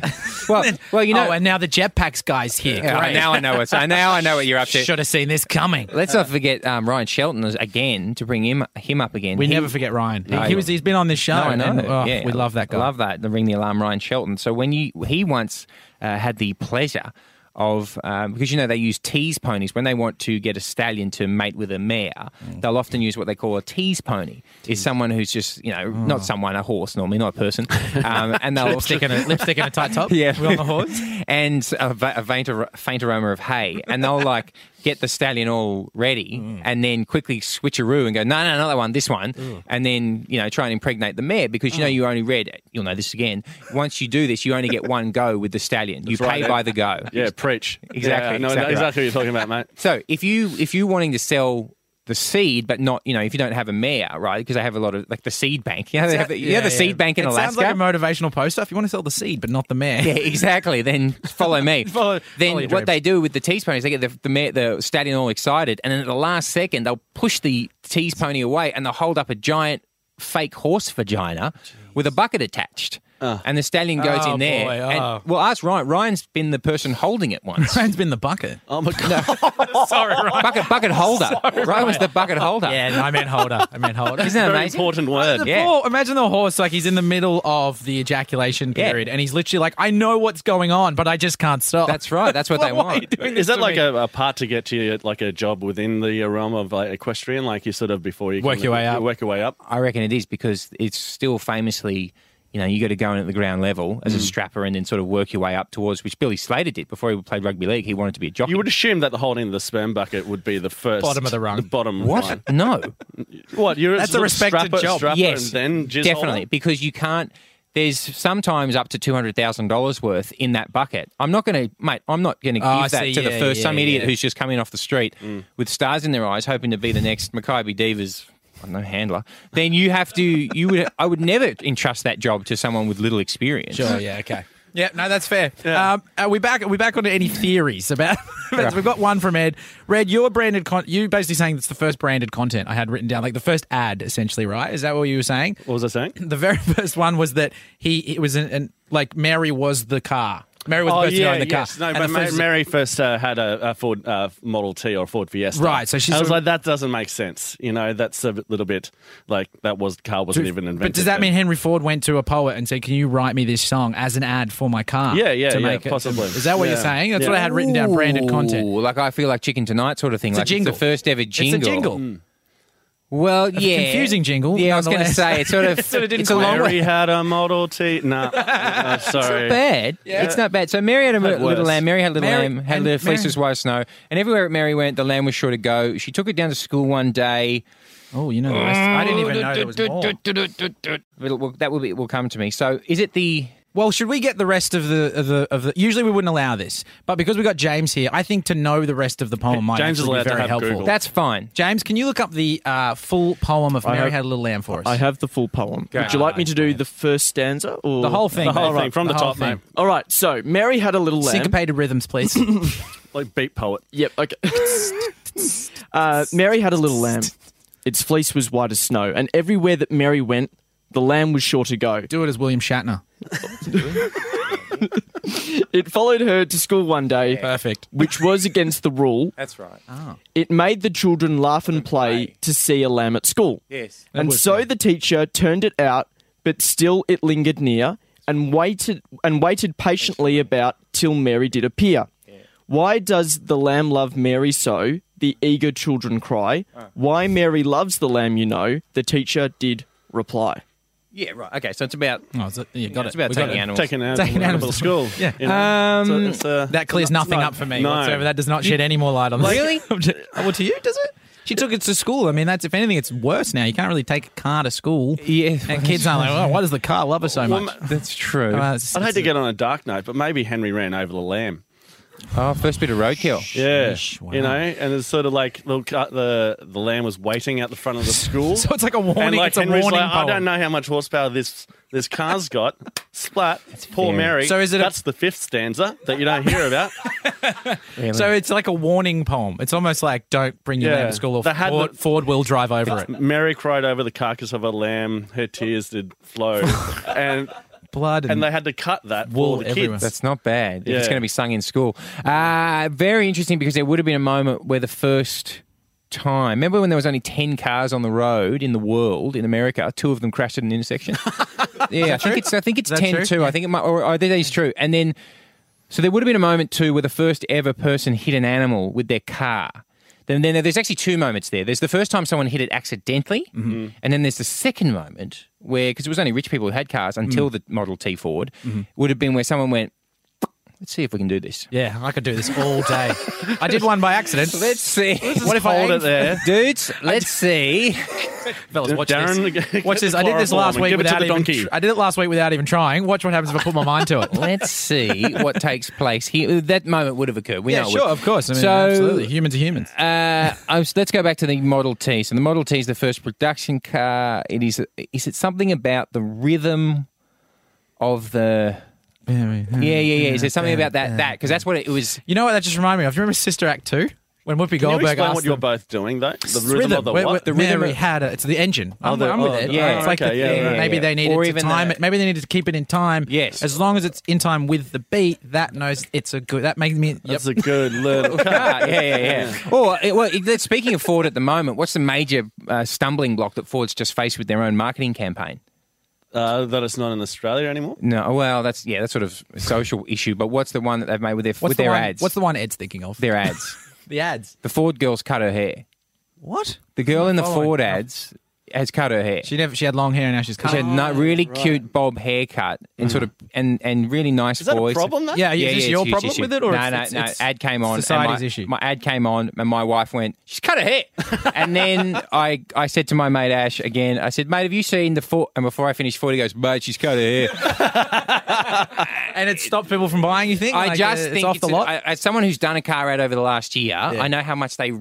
Speaker 2: Well, well, you know.
Speaker 1: oh, and now the jetpacks guys here.
Speaker 2: Yeah,
Speaker 1: Great.
Speaker 2: now I know what's. Now I know what you're up to.
Speaker 1: Should have seen this coming.
Speaker 2: Let's not forget um, Ryan Shelton is- again to bring him him up again.
Speaker 1: We
Speaker 2: He-
Speaker 1: never forget Ryan. He-
Speaker 2: No,
Speaker 1: he,
Speaker 2: you-
Speaker 1: was he's been on this show.
Speaker 2: No, I know.
Speaker 1: and, oh,
Speaker 2: yeah,
Speaker 1: we love that guy.
Speaker 2: Love that. The ring the alarm, Ryan Shelton. So when you he once uh, had the pleasure of um, because you know they use tease ponies when they want to get a stallion to mate with a mare,
Speaker 1: Mm.
Speaker 2: they'll often use what they call a tease pony. Is someone who's just you know
Speaker 1: Oh.
Speaker 2: not someone a horse normally not a person, um, and they'll
Speaker 1: lipstick and a lipstick and a tight top.
Speaker 2: Yeah.
Speaker 1: we on the horse.
Speaker 2: and a, va- a faint, ar- faint aroma of hay, and they'll like get the stallion all ready,
Speaker 1: Mm.
Speaker 2: and then quickly switcheroo and go, no, no, not that one, this one,
Speaker 1: Mm.
Speaker 2: and then you know try and impregnate the mare because you know you only read, you'll know this again. Once you do this, you only get one go with the stallion. you
Speaker 3: right,
Speaker 2: pay
Speaker 3: Ed.
Speaker 2: by the go.
Speaker 3: Yeah, preach.
Speaker 2: Exactly,
Speaker 3: Yeah, no,
Speaker 2: exactly right.
Speaker 3: exactly what you're talking about, mate.
Speaker 2: So if you if you wanting to sell the seed, but not you know if you don't have a mare, right? Because they have a lot of like the seed bank. You know, they have the, you know the seed bank in
Speaker 1: it
Speaker 2: Alaska.
Speaker 1: Sounds like a motivational poster. If you want to sell the seed, but not the mare.
Speaker 2: Yeah, exactly. Then follow me.
Speaker 1: Follow-
Speaker 2: then
Speaker 1: follow your
Speaker 2: what
Speaker 1: dreams.
Speaker 2: they do with the tease pony is they get the the, ma- the stallion all excited, and then at the last second they'll push the tease pony away, and they'll hold up a giant fake horse vagina with a bucket attached. And the stallion goes
Speaker 1: Oh,
Speaker 2: in there.
Speaker 1: boy, oh.
Speaker 2: And, well, ask Ryan. Ryan's been the person holding it once.
Speaker 1: Ryan's been the bucket.
Speaker 3: Oh my god.
Speaker 1: Sorry, Ryan.
Speaker 2: bucket bucket holder. Ryan was the bucket holder.
Speaker 1: Yeah, no, I meant holder. I meant holder.
Speaker 2: Isn't that
Speaker 3: Very
Speaker 2: amazing?
Speaker 3: important word.
Speaker 1: The
Speaker 2: Yeah.
Speaker 1: poor- imagine the horse, like he's in the middle of the ejaculation
Speaker 2: Yeah.
Speaker 1: period, and he's literally like, "I know what's going on, but I just can't stop."
Speaker 2: That's right. That's what they
Speaker 1: Why are you
Speaker 2: want.
Speaker 1: doing this
Speaker 3: Is that
Speaker 1: to
Speaker 3: like
Speaker 1: me?
Speaker 3: a, a part to get to your, like a job within the realm of like equestrian? Like you sort of before you
Speaker 1: Work
Speaker 3: can-
Speaker 1: your way up.
Speaker 3: Work your way up.
Speaker 2: I reckon it is because it's still famously, you know, you got to go in at the ground level as a
Speaker 1: Mm.
Speaker 2: strapper and then sort of work your way up towards, which Billy Slater did before he played rugby league. He wanted to be a jockey.
Speaker 3: You would assume that the holding of the sperm bucket would be the first
Speaker 1: Bottom of the rung.
Speaker 3: The bottom line.
Speaker 2: what? No.
Speaker 3: What? You're
Speaker 1: That's a
Speaker 3: sort of
Speaker 1: respected
Speaker 3: strapper,
Speaker 1: job.
Speaker 3: strapper
Speaker 2: yes.
Speaker 3: and then jizz
Speaker 2: definitely because you can't. There's sometimes up to two hundred thousand dollars worth in that bucket. I'm not going to, mate. I'm not going to give
Speaker 1: Oh, I
Speaker 2: that
Speaker 1: see.
Speaker 2: to the
Speaker 1: Yeah,
Speaker 2: first
Speaker 1: yeah,
Speaker 2: some idiot
Speaker 1: yeah. Mm.
Speaker 2: who's just coming off the street with stars in their eyes, hoping to be the next Maccabi Divas. I don't know handler. Then you have to. You would. I would never entrust that job to someone with little experience.
Speaker 1: Sure. Yeah. Okay. Yeah. No, that's fair.
Speaker 3: Yeah.
Speaker 1: Um, are we back? Are we back onto any theories about? about- We've got one from Ed. Red, your branded con- you basically saying that's the first branded content I had written down, like the first ad, essentially, right? Is that what you were saying?
Speaker 3: What was I saying?
Speaker 1: The very first one was that he it was an, an like Mary was the car. Mary was the person who owned the car.
Speaker 3: Oh, yes. No,
Speaker 1: And
Speaker 3: but
Speaker 1: the
Speaker 3: Ma-
Speaker 1: first-
Speaker 3: Mary first uh, had a, a Ford uh, Model T or a Ford Fiesta.
Speaker 1: Right, so she's
Speaker 3: I was
Speaker 1: sort
Speaker 3: like, that doesn't make sense. You know, that's a bit- little bit like that was car wasn't even invented.
Speaker 1: But does that
Speaker 3: then.
Speaker 1: mean Henry Ford went to a poet and said, "Can you write me this song as an ad for my car?"
Speaker 3: Yeah, yeah,
Speaker 1: to
Speaker 3: yeah,
Speaker 1: make it-
Speaker 3: possibly.
Speaker 1: Is that what
Speaker 3: Yeah.
Speaker 1: you're saying? That's
Speaker 3: Yeah.
Speaker 1: what I had written down. Branded content.
Speaker 2: Ooh, Like I feel like chicken tonight sort of thing. like
Speaker 1: It's a jingle.
Speaker 2: It's the first ever jingle.
Speaker 1: It's a jingle. Mm.
Speaker 2: Well, yeah,
Speaker 1: confusing jingle,
Speaker 2: Yeah, I was going to
Speaker 1: nonetheless.
Speaker 2: say it's sort of
Speaker 1: Sort of didn't
Speaker 2: it's a long
Speaker 3: Mary
Speaker 2: way.
Speaker 3: had a Model T? Nah, I'm sorry.
Speaker 2: Bad. It's not bad. So Mary had a little
Speaker 3: worse.
Speaker 2: lamb. Mary had a little
Speaker 1: Mary-
Speaker 2: lamb. Had
Speaker 1: and
Speaker 2: little fleece
Speaker 1: Mary-
Speaker 2: as white as snow. And everywhere Mary went, the lamb was sure to go. She took it down to school one day.
Speaker 1: Oh, you know the rest. I didn't even know there was more.
Speaker 2: It'll- well, that will be will come to me. So is it the
Speaker 1: Well, should we get the rest of the of the of the? Usually we wouldn't allow this, but because we got James here, I think to know the rest of the poem might
Speaker 3: James is
Speaker 1: actually be
Speaker 3: allowed to
Speaker 1: very
Speaker 3: have
Speaker 1: helpful.
Speaker 3: Google.
Speaker 2: that's fine.
Speaker 1: James, can you look up the uh, full poem of Mary
Speaker 4: have-
Speaker 1: Had a Little Lamb for us?
Speaker 4: I have the full poem. Would you like me to do the first stanza or
Speaker 1: the whole thing,
Speaker 3: The whole
Speaker 1: mate.
Speaker 3: thing, from the,
Speaker 1: whole
Speaker 3: top,
Speaker 1: thing.
Speaker 3: mate.
Speaker 4: All right. So Mary had a little lamb.
Speaker 1: Syncopated rhythms, please.
Speaker 3: Like beat poet.
Speaker 4: Yep. Okay. uh, Mary had a little lamb. Its fleece was white as snow, and everywhere that Mary went, the lamb was sure to go.
Speaker 1: Do it as William Shatner.
Speaker 4: It followed her to school one day,
Speaker 1: Perfect.
Speaker 4: which was against the rule.
Speaker 2: That's right.
Speaker 4: It made the children laugh and play
Speaker 2: play.
Speaker 4: to see a lamb at school.
Speaker 2: Yes.
Speaker 4: And
Speaker 1: was
Speaker 4: so
Speaker 1: good.
Speaker 4: the teacher turned it out, but still it lingered near and waited and waited patiently about till Mary did appear. Why does the lamb love Mary so? The eager children cry. Why Mary loves the lamb, you know, the teacher did reply.
Speaker 2: Yeah. Right. Okay. So it's about
Speaker 1: Oh, is it- you got
Speaker 2: Yeah,
Speaker 1: it.
Speaker 2: it's about
Speaker 1: We got
Speaker 2: taking
Speaker 1: it.
Speaker 2: animals.
Speaker 3: Taking out
Speaker 1: Taking
Speaker 3: taking out
Speaker 1: animals
Speaker 3: of
Speaker 1: to-
Speaker 3: school.
Speaker 1: Yeah.
Speaker 3: You know, um, so it's, uh,
Speaker 1: That clears nothing up for me
Speaker 3: no.
Speaker 1: whatsoever. That does not shed any more light on this.
Speaker 2: Really?
Speaker 1: subject. Oh, well, to you, does it? She took it to school. I mean, that's if anything, it's worse now. You can't really take a car to school.
Speaker 2: Yeah.
Speaker 1: And kids aren't like, oh, why does the car love her so
Speaker 3: Well,
Speaker 1: much?
Speaker 3: ma-
Speaker 2: That's true.
Speaker 1: Uh, it's-
Speaker 3: I'd hate
Speaker 1: it's
Speaker 3: to
Speaker 1: a-
Speaker 3: get on a dark note, but maybe Henry ran over the lamb.
Speaker 2: oh, first bit of roadkill.
Speaker 3: Yeah,
Speaker 1: Sheesh, wow.
Speaker 3: you know, and it's sort of like the the the lamb was waiting out the front of the school.
Speaker 1: So it's like a warning.
Speaker 3: and like
Speaker 1: it's a
Speaker 3: Henry's
Speaker 1: warning
Speaker 3: like, I
Speaker 1: poem.
Speaker 3: don't know how much horsepower this this car's got. Splat, it's poor
Speaker 2: fair.
Speaker 3: Mary.
Speaker 1: So is it a-
Speaker 3: That's the fifth stanza that you don't hear about.
Speaker 2: Really.
Speaker 1: So it's like a warning poem. It's almost like don't bring your
Speaker 3: Yeah.
Speaker 1: lamb to school or
Speaker 3: They had
Speaker 1: Ford,
Speaker 3: the-
Speaker 1: Ford will drive over it.
Speaker 3: Mary cried over the carcass of a lamb. Her tears did flow, and
Speaker 1: Blood and,
Speaker 3: and they had to cut that
Speaker 1: Wool
Speaker 3: for the
Speaker 1: everywhere.
Speaker 3: kids.
Speaker 2: That's not bad. If It's
Speaker 3: Yeah.
Speaker 2: going to be sung in school. Uh, very interesting because there would have been a moment where the first time, remember when there was only 10 cars on the road in the world, in America, two of them crashed at an intersection? yeah, I think it's, I think it's
Speaker 1: Is that
Speaker 2: 10
Speaker 1: true?
Speaker 2: too. I think it might, or, or that is true. And then, so there would have been a moment too where the first ever person hit an animal with their car. Then, then there's actually two moments there. There's the first time someone hit it accidentally,
Speaker 1: Mm-hmm.
Speaker 2: and then there's the second moment where, because it was only rich people who had cars until
Speaker 1: Mm.
Speaker 2: the Model T Ford,
Speaker 1: Mm-hmm.
Speaker 2: would have been where someone went, let's see if we can do this.
Speaker 1: yeah, I could do this all day. I did one by accident.
Speaker 2: Let's see.
Speaker 1: What if I
Speaker 3: hold
Speaker 1: aim-
Speaker 3: it there.
Speaker 2: Dudes, let's see.
Speaker 1: Fellas, watch
Speaker 3: Darren,
Speaker 1: this.
Speaker 3: get
Speaker 1: Watch this.
Speaker 3: the
Speaker 1: I did this
Speaker 3: chloroform
Speaker 1: last
Speaker 3: and
Speaker 1: week
Speaker 3: give it to
Speaker 1: without
Speaker 3: the
Speaker 1: even.
Speaker 3: donkey.
Speaker 1: tr- I did it last week without even trying. Watch what happens if I put my mind to it.
Speaker 2: Let's see what takes place here. That moment would have occurred. We
Speaker 1: yeah,
Speaker 2: know it would.
Speaker 1: sure, of course. I mean,
Speaker 2: So-
Speaker 1: absolutely, humans are humans.
Speaker 2: Uh, I was, let's go back to the Model T. So the Model T is the first production car. It is. Is it something about the rhythm of the?
Speaker 1: Mm.
Speaker 2: Yeah, yeah, yeah. Is there something about that? That because that's what it was.
Speaker 1: You know what? That just reminded me of. Do you remember Sister Act two when Whoopi
Speaker 3: Can you
Speaker 1: Goldberg
Speaker 3: explain
Speaker 1: asked
Speaker 3: what you're
Speaker 1: them-
Speaker 3: both doing though? The rhythm, of the
Speaker 1: Where- where
Speaker 3: what?
Speaker 1: The
Speaker 2: rhythm
Speaker 1: Mary
Speaker 2: of-
Speaker 1: had it. It's the engine. I'm,
Speaker 3: the-
Speaker 1: I'm with
Speaker 3: oh,
Speaker 1: it.
Speaker 2: yeah.
Speaker 1: it's like
Speaker 3: Okay,
Speaker 1: the,
Speaker 3: yeah,
Speaker 2: yeah,
Speaker 1: maybe
Speaker 2: yeah.
Speaker 1: they needed
Speaker 2: Or
Speaker 1: to
Speaker 2: even
Speaker 1: time
Speaker 2: the-
Speaker 1: it. Maybe they needed to keep it in time.
Speaker 2: Yes.
Speaker 1: As long as it's in time with the beat, that knows it's a good. That makes me. Yep.
Speaker 3: That's a good little car.
Speaker 2: Ah, yeah, yeah, yeah. Or it- well, it- that- speaking of Ford at the moment, what's the major uh, stumbling block that Ford's just faced with their own marketing campaign?
Speaker 3: Uh, that it's not in Australia anymore.
Speaker 2: No, well, that's yeah, that's sort of a social issue. But what's the one that they've made with their
Speaker 1: What's
Speaker 2: with
Speaker 1: the
Speaker 2: their
Speaker 1: one,
Speaker 2: ads?
Speaker 1: What's the one Ed's thinking of?
Speaker 2: their ads?
Speaker 1: The ads.
Speaker 2: the Ford girls cut her hair.
Speaker 1: What?
Speaker 2: The girl in the
Speaker 1: Following.
Speaker 2: Ford ads has cut her hair.
Speaker 1: She never. She had long hair and now she's cut.
Speaker 2: She had
Speaker 1: off.
Speaker 2: not really cute bob haircut and sort of and and really nice
Speaker 3: Mm-hmm. Is that
Speaker 2: voice.
Speaker 3: a problem though?
Speaker 1: Yeah. Is
Speaker 2: Yeah,
Speaker 1: this
Speaker 2: yeah,
Speaker 1: your
Speaker 2: it's huge
Speaker 1: problem
Speaker 2: issue.
Speaker 1: with it, or
Speaker 2: no,
Speaker 1: it's,
Speaker 2: no,
Speaker 1: it's,
Speaker 2: no?
Speaker 1: it's
Speaker 2: ad came on. and
Speaker 1: Society's
Speaker 2: my,
Speaker 1: issue.
Speaker 2: My ad came on, and my wife went, "She's cut her hair." and then I, I said to my mate Ash again. I said, "Mate, have you seen the Ford?" And before I finished Ford, he goes, "Mate, she's cut her hair."
Speaker 1: and it stopped people from buying. You think?
Speaker 2: I
Speaker 1: Like,
Speaker 2: just
Speaker 1: uh, it's
Speaker 2: think
Speaker 1: off the
Speaker 2: it's-
Speaker 1: lot.
Speaker 2: I- as someone who's done a car ad over the last year, I know how much they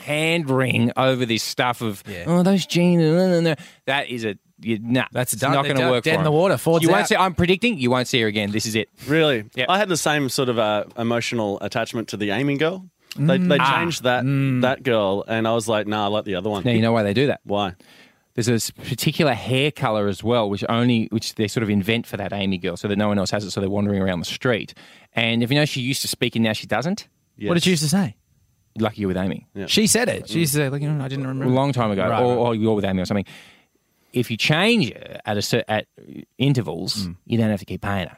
Speaker 2: hand wring over this stuff of
Speaker 1: Yeah.
Speaker 2: oh those jeans. uh, uh, uh." That is a you, nah,
Speaker 1: That's
Speaker 2: it's
Speaker 1: done.
Speaker 2: not
Speaker 1: They're
Speaker 2: going to
Speaker 1: done.
Speaker 2: work.
Speaker 1: Dead
Speaker 2: for
Speaker 1: in the
Speaker 2: 'em.
Speaker 1: water. Ford's
Speaker 2: you
Speaker 1: out.
Speaker 2: won't see. I'm predicting you won't see her again. This is it.
Speaker 3: Really?
Speaker 2: Yep.
Speaker 3: I had the same sort of uh, emotional attachment to the aiming girl. They,
Speaker 1: Mm.
Speaker 3: they
Speaker 1: Ah.
Speaker 3: changed that that girl, and I was like, nah, I like the other one.
Speaker 2: Now you know why they do that.
Speaker 3: Why?
Speaker 2: There's a s- particular hair color as well, which only which they sort of invent for that Amy girl, so that no one else has it. So they're wandering around the street. And if you know she used to speak and now she doesn't,
Speaker 1: What did she used to say?
Speaker 2: lucky you're with Amy.
Speaker 1: She said it. She said, like, you know, I didn't
Speaker 2: a
Speaker 1: remember.
Speaker 2: long time ago,
Speaker 1: Right,
Speaker 2: or,
Speaker 1: right.
Speaker 2: or you're with Amy or something. If you change it at a cer- at intervals, you don't have to keep paying her.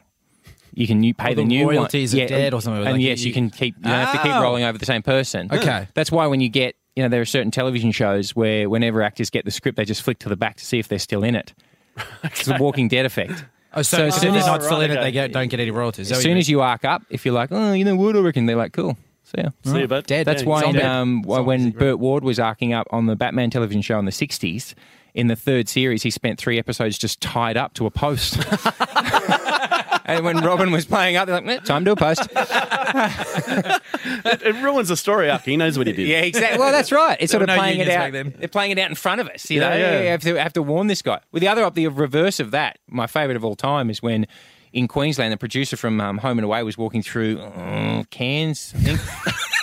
Speaker 2: You can you pay
Speaker 1: Or Mm. the
Speaker 2: new one.
Speaker 1: royalties are dead or something,
Speaker 2: And
Speaker 1: like
Speaker 2: yes,
Speaker 1: you-
Speaker 2: you, can keep. You don't have to keep
Speaker 1: Oh.
Speaker 2: rolling over the same person.
Speaker 1: Okay.
Speaker 2: that's why when you get, you know, there are certain television shows where whenever actors get the script, they just flick to the back to see if they're still in it. It's a Walking Dead effect.
Speaker 1: Oh, so,
Speaker 2: So
Speaker 1: as soon
Speaker 2: as soon
Speaker 1: as
Speaker 2: as-
Speaker 1: not still in it,
Speaker 3: okay.
Speaker 1: they get, don't get any royalties.
Speaker 2: As soon as you arc up, if you're like, oh, you know what, I reckon they're like, cool. So yeah.
Speaker 3: See you, bud.
Speaker 1: Dead.
Speaker 2: That's
Speaker 3: Yeah,
Speaker 2: why
Speaker 1: zombie.
Speaker 2: um, why when Burt Ward was arcing up on the Batman television show in the 60s, in the third series, he spent three episodes just tied up to a post. and when Robin was playing up, they're like, "Eh, time to a post.
Speaker 3: It, it ruins the story arc. He knows what he did.
Speaker 2: yeah, exactly. Well, that's right. It's sort of
Speaker 1: were no
Speaker 2: playing it
Speaker 1: unions
Speaker 2: out.
Speaker 1: back then.
Speaker 2: They're playing it out in front of us. You
Speaker 3: Yeah,
Speaker 2: know,
Speaker 3: yeah.
Speaker 2: You have to, have to warn this guy. With the other up, the reverse of that, my favourite of all time is when. In Queensland, the producer from um, Home and Away was walking through uh, Cairns. I think.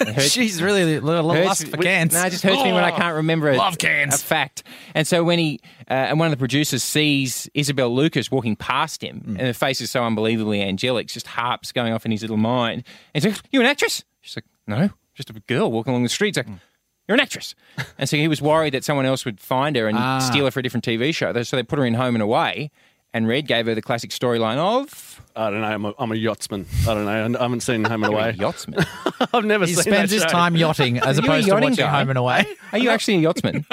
Speaker 2: I heard-
Speaker 1: She's really a little
Speaker 2: hurts-
Speaker 1: lust for cans.
Speaker 2: No, it just hurts me when I can't remember a,
Speaker 1: Love cans.
Speaker 2: a fact. And so when he uh, and one of the producers sees Isabel Lucas walking past him,
Speaker 1: Mm.
Speaker 2: and her face is so unbelievably angelic, just harps going off in his little mind. And he's like, "You an actress?" She's like, "No, just a girl walking along the street." He's
Speaker 1: Mm.
Speaker 2: like. You're an actress, and so he was worried that someone else would find her and
Speaker 1: Ah.
Speaker 2: steal her for a different TV show. So they put her in Home and Away, and Red gave her the classic storyline of
Speaker 3: I don't know. I'm a, I'm a yachtsman. I don't know. I haven't seen Home and
Speaker 2: a
Speaker 3: Away.
Speaker 2: yachtsman.
Speaker 3: I've never
Speaker 1: He
Speaker 3: seen
Speaker 1: spends
Speaker 3: that
Speaker 1: his
Speaker 3: show.
Speaker 1: time yachting as
Speaker 2: Are you a
Speaker 1: opposed to
Speaker 2: yachting
Speaker 1: watching
Speaker 2: guy?
Speaker 1: Home and Away.
Speaker 2: Are you actually a yachtsman?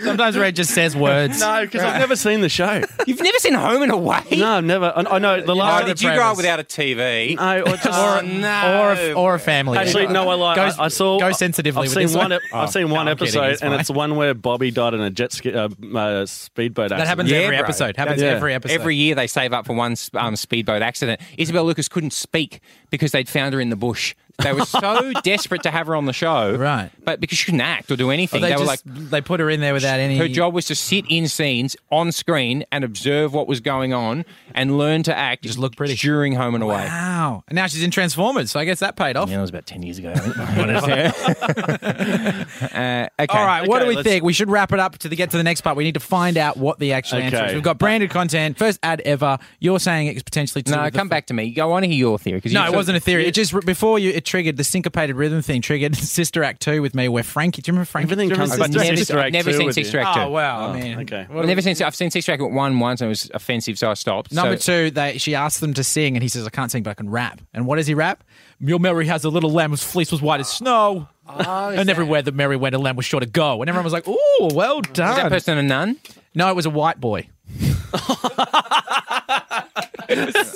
Speaker 1: Sometimes Red just says words.
Speaker 3: No, because I've never seen the show.
Speaker 2: You've never seen Home and Away?
Speaker 3: No, I've never. I, I know the
Speaker 2: Oh,
Speaker 3: last.
Speaker 1: the
Speaker 2: did you grow
Speaker 1: premise.
Speaker 2: up without a TV?
Speaker 3: No, or just,
Speaker 2: Oh,
Speaker 1: Or
Speaker 2: no.
Speaker 1: a, or a family.
Speaker 3: Actually, no. I like.
Speaker 1: Go-
Speaker 3: I, I saw.
Speaker 1: go sensitively with
Speaker 3: I've seen
Speaker 1: this
Speaker 3: one.
Speaker 1: one.
Speaker 3: ep- I've
Speaker 1: Oh,
Speaker 3: seen
Speaker 1: no,
Speaker 3: one
Speaker 1: I'm kidding,
Speaker 3: episode,
Speaker 1: it's
Speaker 3: and
Speaker 1: fine.
Speaker 3: it's one where Bobby died in a jet ski, uh, uh, speedboat.
Speaker 1: That happens
Speaker 2: Yeah,
Speaker 1: every
Speaker 2: bro.
Speaker 1: episode. Happens
Speaker 3: Yeah.
Speaker 1: every episode.
Speaker 2: Every year they save up for one s- um, speedboat accident. Isabel Lucas couldn't speak because they'd found her in the bush. They were so desperate to have her on the show,
Speaker 1: Right.
Speaker 2: But because she couldn't act or do anything,
Speaker 1: they,
Speaker 2: they, were like,
Speaker 1: just, they put her in there without any.
Speaker 2: her job was to sit in scenes on screen and observe what was going on and learn to act. Just
Speaker 1: look pretty.
Speaker 2: during Home and Away.
Speaker 1: Wow. And now she's in Transformers, so I guess that paid off.
Speaker 2: Yeah, that was about ten years ago. I think. uh, okay.
Speaker 1: All right, what
Speaker 3: Okay,
Speaker 1: do we
Speaker 3: let's-
Speaker 1: think? We should wrap it up to the, get to the next part. We need to find out what the actual answer is.
Speaker 3: Okay.
Speaker 1: We've got branded content, first ad ever. You're saying it's potentially two
Speaker 2: No,
Speaker 1: of the
Speaker 2: come back to me. Go on to hear your theory. 'cause you
Speaker 1: No, it
Speaker 2: sort of-
Speaker 1: wasn't a theory. It just before you, it triggered the syncopated rhythm thing. Triggered Sister Act two with me, where Frankie. Do you remember Frankie?
Speaker 3: Everything
Speaker 1: Do you remember
Speaker 3: comes
Speaker 2: I've
Speaker 3: Sister
Speaker 2: never,
Speaker 3: Act
Speaker 2: I've never
Speaker 3: two
Speaker 2: seen
Speaker 3: with
Speaker 2: Six
Speaker 3: you.
Speaker 2: Act Two.
Speaker 1: Oh wow! I mean,
Speaker 3: okay.
Speaker 1: what
Speaker 2: I've
Speaker 1: do
Speaker 2: never seen. I've seen Six Track at one once, and it was offensive, so I stopped.
Speaker 1: Number
Speaker 2: so,
Speaker 1: two, they, she asked them to sing, and he says, "I can't sing, but I can rap." And what does he rap? Your Mary has a little lamb whose fleece was white as snow,
Speaker 2: Ah,
Speaker 1: and everywhere that Mary went, a lamb was sure to go. And everyone was like, "Ooh, well
Speaker 2: Is that
Speaker 1: done."
Speaker 2: person a nun?
Speaker 1: no, it was a white boy.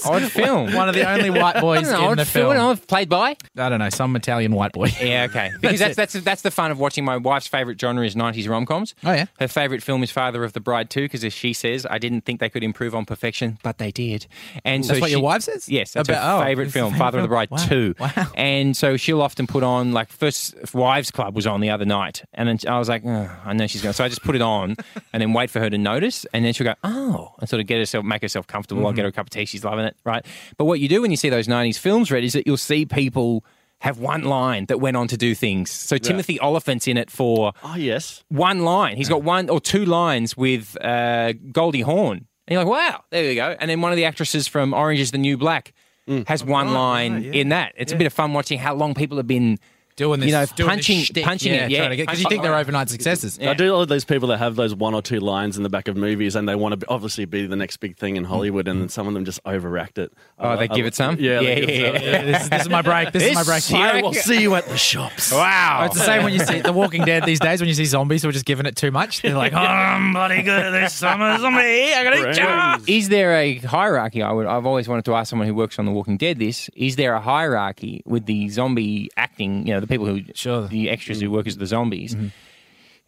Speaker 2: Odd film.
Speaker 1: One of the only white boys
Speaker 2: An odd
Speaker 1: in the
Speaker 2: film.
Speaker 1: film.
Speaker 2: Played by.
Speaker 1: I don't know, some Italian white boy.
Speaker 2: Yeah, okay. Because that's that's that's, the fun of watching. My wife's favorite genre is '90s rom-coms.
Speaker 1: Oh, yeah.
Speaker 2: Her favorite film is Father of the Bride too, because as she says, I didn't think they could improve on perfection, but they did. And so
Speaker 1: That's what
Speaker 2: she-
Speaker 1: your wife says?
Speaker 2: Yes, that's
Speaker 1: About-
Speaker 2: her
Speaker 1: oh,
Speaker 2: favorite
Speaker 1: it's the
Speaker 2: film,
Speaker 1: favourite
Speaker 2: Father of the
Speaker 1: film.
Speaker 2: Bride too.
Speaker 1: Wow. Wow.
Speaker 2: And so she'll often put on like first Wives Club was on the other night, and then I was like, "Ugh, I know she's going. So I just put it on, and then wait for her to notice, and then she'll go, oh, and sort of get herself, make herself comfortable.
Speaker 1: Mm-hmm.
Speaker 2: I'll get her a cup of tea. She's loving it, right? But what you do when you see those '90s films, Red, is that you'll see people have one line that went on to do things. So Timothy Oliphant's in it for
Speaker 1: Ah,
Speaker 3: Oh yes.
Speaker 2: one line. He's got one or two lines with uh, Goldie Hawn. And you're like, wow, there you go. And then one of the actresses from Orange is the New Black
Speaker 3: Mm.
Speaker 2: has one
Speaker 1: Oh,
Speaker 2: line in that. It's a bit of fun watching how long people have been
Speaker 1: Doing this,
Speaker 2: You know,
Speaker 1: doing this
Speaker 2: punching-
Speaker 1: shtick,
Speaker 2: punching
Speaker 1: yeah,
Speaker 2: it, yeah.
Speaker 1: because you think they're overnight successes.
Speaker 3: I do love those people that have those one or two lines in the back of movies, and they want to be, obviously be the next big thing in Hollywood, and then some of them just overact it.
Speaker 2: Oh, they
Speaker 3: I-
Speaker 2: give it some?
Speaker 3: Oh,
Speaker 2: Yeah,
Speaker 3: Yeah, they give it
Speaker 2: yeah, yeah.
Speaker 3: some.
Speaker 1: This, is- this is my break. This, is my break.
Speaker 2: This here-
Speaker 3: I will see you at the shops.
Speaker 2: Wow.
Speaker 1: It's the same when you see The Walking Dead these days. When you see zombies who are just giving it too much, they're like, "Oh, I'm bloody good at this. I'm a zombie. I gotta eat you."
Speaker 2: Is there a hierarchy? I would, I've always wanted to ask someone who works on The Walking Dead this. Is there a hierarchy with the zombie acting, you know, the people who,
Speaker 1: Sure. Mm-hmm.
Speaker 2: the extras
Speaker 3: Mm.
Speaker 2: who work as the zombies,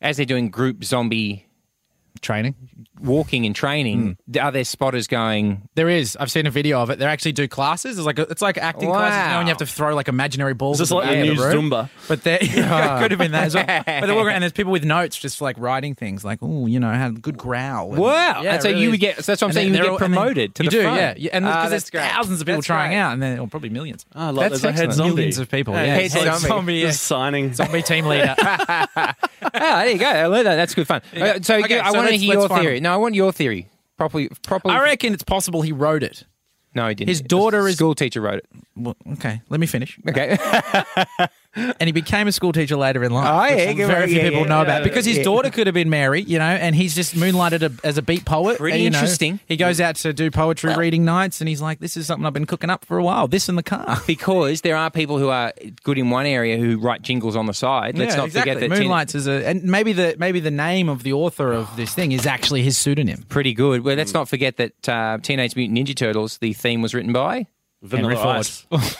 Speaker 2: as they're doing group zombie
Speaker 1: Training.
Speaker 2: walking and training, are there spotters going,
Speaker 1: There is. I've seen a video of it. They actually do classes. It's like it's like acting classes. You know,
Speaker 2: Wow.
Speaker 1: and you have to throw like imaginary balls.
Speaker 3: Is this
Speaker 1: at
Speaker 3: like
Speaker 1: back
Speaker 3: the
Speaker 1: of
Speaker 3: new
Speaker 1: room.
Speaker 3: Zumba?
Speaker 1: But there yeah, could have been that as well. But they're walking around, and there's people with notes just like writing things like, oh, you know, I had a good growl. And-
Speaker 2: Wow.
Speaker 1: Yeah,
Speaker 2: And so
Speaker 1: it
Speaker 2: you would get- so that's what I'm
Speaker 1: And
Speaker 2: saying,
Speaker 1: then
Speaker 2: you
Speaker 1: they're
Speaker 2: would get
Speaker 1: all- and then-
Speaker 2: promoted to
Speaker 1: you
Speaker 2: the
Speaker 1: do,
Speaker 2: front.
Speaker 1: yeah. yeah. And
Speaker 2: Ah,
Speaker 1: because there's
Speaker 2: that's great.
Speaker 1: thousands of people
Speaker 2: That's
Speaker 1: trying
Speaker 2: great. Ah,
Speaker 1: out, and then or probably millions.
Speaker 3: Oh, like
Speaker 2: That's
Speaker 3: there's a head
Speaker 2: excellent.
Speaker 3: zombie.
Speaker 1: Millions of people. Yeah,
Speaker 2: head
Speaker 1: It's like
Speaker 2: zombie.
Speaker 1: yeah.
Speaker 3: Just signing.
Speaker 1: Zombie team leader.
Speaker 2: oh, there you go. I learned that. That's good fun. Uh, so
Speaker 1: Okay,
Speaker 2: go- I
Speaker 1: so
Speaker 2: want to
Speaker 1: let's-
Speaker 2: hear
Speaker 1: let's
Speaker 2: your
Speaker 1: find
Speaker 2: theory.
Speaker 1: them.
Speaker 2: No, I want your theory. Properly, properly.
Speaker 1: I reckon it's possible he wrote it.
Speaker 2: no, he didn't.
Speaker 1: his daughter
Speaker 2: a
Speaker 1: is-
Speaker 2: school teacher wrote it.
Speaker 1: Well, okay, let me finish.
Speaker 2: Okay.
Speaker 1: And he became a school teacher later in life.
Speaker 2: Oh, yeah,
Speaker 1: which
Speaker 2: yeah,
Speaker 1: very few
Speaker 2: yeah,
Speaker 1: people
Speaker 2: yeah,
Speaker 1: know
Speaker 2: yeah,
Speaker 1: about
Speaker 2: yeah,
Speaker 1: because his
Speaker 2: yeah.
Speaker 1: daughter could have been Mary, you know, and he's just moonlighted a, as a beat poet.
Speaker 2: Pretty
Speaker 1: and, you know,
Speaker 2: interesting.
Speaker 1: he goes out to do poetry reading nights, and he's like, "This is something I've been cooking up for a while. This in the car."
Speaker 2: because there are people who are good in one area who write jingles on the side. Let's
Speaker 1: yeah,
Speaker 2: not
Speaker 1: exactly.
Speaker 2: forget that tin-
Speaker 1: Moonlights is a, and maybe the maybe the name of the author of this thing is actually his pseudonym.
Speaker 2: pretty good. Well, let's not forget that uh, Teenage Mutant Ninja Turtles. The theme was written by.
Speaker 3: Vanilla
Speaker 1: Henry Ford.
Speaker 3: Ice.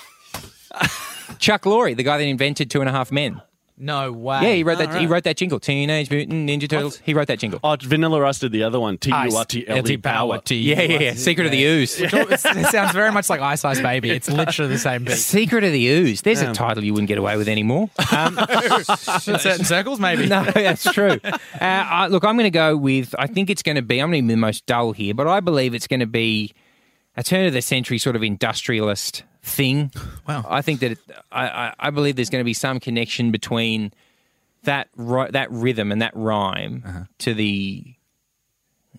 Speaker 2: Chuck Lorre, the guy that invented Two and a Half Men.
Speaker 1: No way.
Speaker 2: Yeah, he wrote that. He
Speaker 1: Alright.
Speaker 2: wrote that jingle. Teenage Mutant Ninja Turtles. He wrote that jingle.
Speaker 3: Oh, Vanilla Rice did the other one. T U R T L E power.
Speaker 2: yeah, yeah, yeah. Secret of the Ooze.
Speaker 1: it sounds very much like Ice Ice Baby. It's literally the same beat.
Speaker 2: Secret of the Ooze. There's a title you wouldn't get away with anymore. Um,
Speaker 1: In certain circles, maybe.
Speaker 2: no, that's true. Uh, I, look, I'm going to go with. I think it's going to be. I'm going to be the most dull here, but I believe it's going to be a turn of the century sort of industrialist thing.
Speaker 1: Wow.
Speaker 2: I think that it, I, I, I believe there's going to be some connection between that ri- that rhythm and that rhyme to the.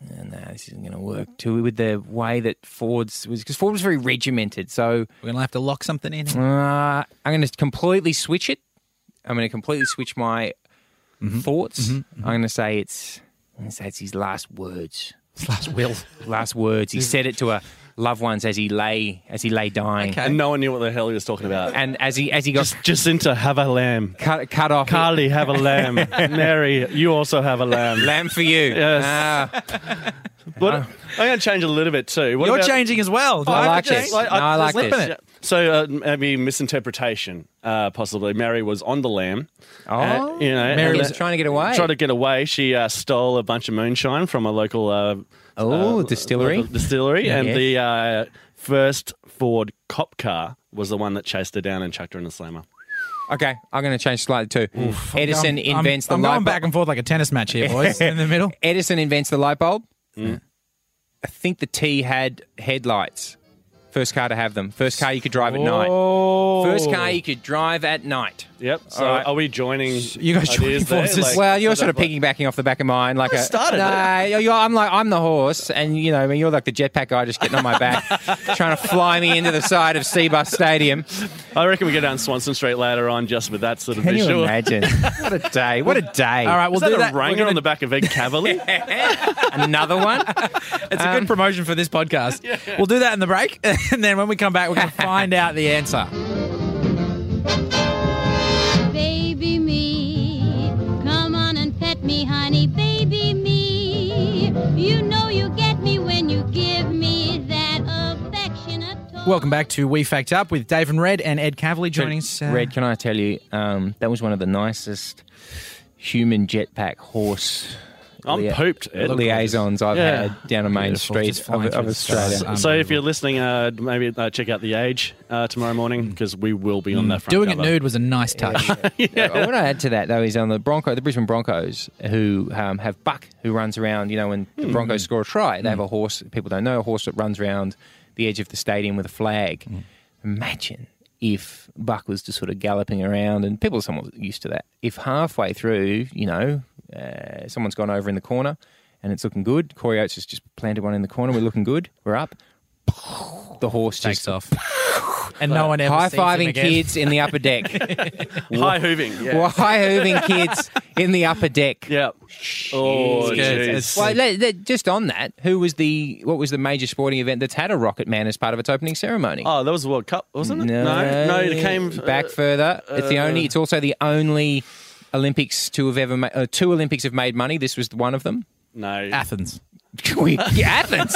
Speaker 2: uh, No, this isn't going to work. To with the way that Ford's was because Ford was very regimented. So
Speaker 1: We're going to have to lock something in.
Speaker 2: uh, I'm going to completely switch it. I'm going to completely switch my
Speaker 1: Mm-hmm.
Speaker 2: thoughts. I'm going to say it's. I'm going to say it's his last words.
Speaker 1: It's last will.
Speaker 2: Last words. He said it to a loved ones as he lay as he lay dying,
Speaker 1: Okay.
Speaker 3: And no one knew what the hell he was talking about.
Speaker 2: and as he as he got
Speaker 3: Jacinta, have a lamb.
Speaker 2: cut cut off.
Speaker 3: Carly, have a lamb. Mary, you also have a lamb.
Speaker 2: Lamb for you.
Speaker 3: Yes.
Speaker 2: Ah,
Speaker 3: What, I'm going to change a little bit too. What
Speaker 1: You're
Speaker 3: about-
Speaker 1: changing as well.
Speaker 2: I
Speaker 1: I've
Speaker 2: like
Speaker 1: changed.
Speaker 2: this. No, I like
Speaker 1: Slipping
Speaker 2: this.
Speaker 1: it.
Speaker 3: So uh, maybe misinterpretation, uh, possibly. Mary was on the lamb.
Speaker 2: Oh,
Speaker 3: Uh, you know,
Speaker 2: Mary
Speaker 3: and
Speaker 2: was
Speaker 3: the-
Speaker 2: trying to get away.
Speaker 3: Tried to get away. She uh, stole a bunch of moonshine from a local uh,
Speaker 2: Oh,
Speaker 3: uh,
Speaker 2: distillery.
Speaker 3: local distillery, and
Speaker 2: Yes.
Speaker 3: the uh, first Ford cop car was the one that chased her down and chucked her in the slammer.
Speaker 2: okay, I'm going to change slightly too. Edison
Speaker 1: I'm-
Speaker 2: invents
Speaker 1: I'm,
Speaker 2: the
Speaker 1: I'm
Speaker 2: light
Speaker 1: going
Speaker 2: bulb.
Speaker 1: back and forth like a tennis match here, boys. in the middle.
Speaker 2: Edison invents the light bulb.
Speaker 3: Mm.
Speaker 2: I think the T had headlights. First car to have them. First car you could drive at night.
Speaker 1: Oh.
Speaker 2: First car you could drive at night.
Speaker 3: Yep. So
Speaker 2: All right.
Speaker 3: are we joining?
Speaker 1: you guys joining
Speaker 3: ideas there?
Speaker 1: forces?
Speaker 3: Like-
Speaker 2: Well, you're
Speaker 3: so
Speaker 2: sort of
Speaker 3: that-
Speaker 2: piggybacking off the back of mine, like I
Speaker 3: started
Speaker 2: Nah, you're, you're- I'm like I'm the horse, and you know, I mean, you're like the jetpack guy just getting on my back, trying to fly me into the side of Seabus Stadium.
Speaker 3: I reckon we go down Swanson Street later on just with that sort of
Speaker 2: Can you
Speaker 3: visual.
Speaker 2: imagine? what a day! What a day!
Speaker 1: All right, we'll
Speaker 3: Is that
Speaker 1: do
Speaker 3: a
Speaker 1: that. We're
Speaker 3: ranger
Speaker 1: gonna-
Speaker 3: on the back of Ed Cavalier?
Speaker 2: another one.
Speaker 1: It's a good promotion for this podcast. Um, We'll do that in the break, and then when we come back, we're going to find out the answer.
Speaker 5: Baby me, come on and pet me, honey. Baby me, you know you get me when you give me that affectionate. Toy.
Speaker 1: Welcome back to We Fact Up with Dave and Red and Ed Cavalier joining us. uh,
Speaker 2: Red, can I tell you um, that was one of the nicest human jetpack horse
Speaker 3: I'm
Speaker 2: lia-
Speaker 3: pooped, Ed.
Speaker 2: liaisons I've
Speaker 3: Yeah.
Speaker 2: had down a main
Speaker 1: Beautiful,
Speaker 2: street
Speaker 1: just
Speaker 2: of,
Speaker 1: flying
Speaker 2: of
Speaker 1: through the stars.
Speaker 2: Australia.
Speaker 1: Um,
Speaker 3: So if you're listening, uh, maybe uh, check out The Age uh, tomorrow morning
Speaker 2: Mm.
Speaker 3: because we will be on that front
Speaker 1: Doing it
Speaker 3: cover.
Speaker 1: nude was a nice touch.
Speaker 2: Uh, What I add to that though is on the Bronco, the Brisbane Broncos, who um, have Buck, who runs around. You know, when
Speaker 1: Hmm.
Speaker 2: the Broncos score a try, they have a horse. People don't know a horse that runs around the edge of the stadium with a flag.
Speaker 1: Hmm.
Speaker 2: Imagine if Buck was just sort of galloping around, and people are somewhat used to that. If halfway through, you know, uh, someone's gone over in the corner, and it's looking good. Corey Oates has just planted one in the corner. We're looking good. We're up. The horse
Speaker 1: Takes
Speaker 2: just
Speaker 1: off. And no one ever
Speaker 2: high
Speaker 1: sees him
Speaker 2: fiving
Speaker 1: again.
Speaker 2: kids in the upper deck.
Speaker 3: High hooving. Yeah.
Speaker 2: Why hooving kids in the upper deck?
Speaker 3: Yeah. Oh,
Speaker 1: It's good.
Speaker 3: jeez.
Speaker 1: It's-
Speaker 2: Well, let- let- just on that, who was the what was the major sporting event that's had a Rocket Man as part of its opening ceremony?
Speaker 3: Oh, that was the World Cup, wasn't it? no, no it came uh,
Speaker 2: back further. It's the only. It's also the only Olympics to have ever made. Uh, two Olympics have made money. This was one of them.
Speaker 3: No,
Speaker 1: Athens.
Speaker 2: We- yeah, Athens.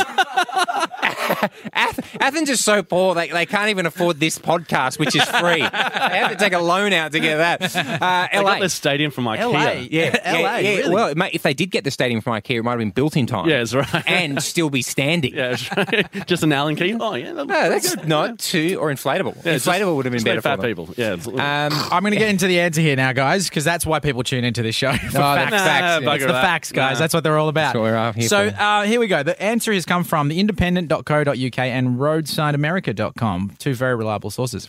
Speaker 2: Ath- Athens is so poor they, they can't even afford this podcast, which is free. they have to take a loan out to get that. Uh,
Speaker 3: I
Speaker 2: LA.
Speaker 3: got this stadium from IKEA.
Speaker 2: Yeah, yeah,
Speaker 1: LA,
Speaker 2: yeah.
Speaker 1: really?
Speaker 2: Well, mate, if they did get the stadium from IKEA, it might have been built in time.
Speaker 3: Yeah, that's right.
Speaker 2: And still be standing.
Speaker 3: Yeah, that's right. just an Allen key. Oh, yeah, that-
Speaker 2: No, that's not too or inflatable.
Speaker 3: yeah,
Speaker 2: inflatable
Speaker 3: just-
Speaker 2: would have been
Speaker 3: just
Speaker 2: better
Speaker 3: no fat
Speaker 2: for them.
Speaker 3: people. Yeah, it's-
Speaker 2: Um,
Speaker 1: I'm going to get into the answer here now, guys, because that's why people tune into this show. For
Speaker 2: Oh,
Speaker 1: facts.
Speaker 2: that's facts.
Speaker 3: Nah,
Speaker 1: It's
Speaker 3: bugger
Speaker 1: the
Speaker 3: that.
Speaker 1: facts, guys. That's what they're all about.
Speaker 2: what we're here
Speaker 1: so
Speaker 2: for.
Speaker 1: uh, here we go. The answer has come from theindependent.co.uk and roadsideamerica.com, two very reliable sources.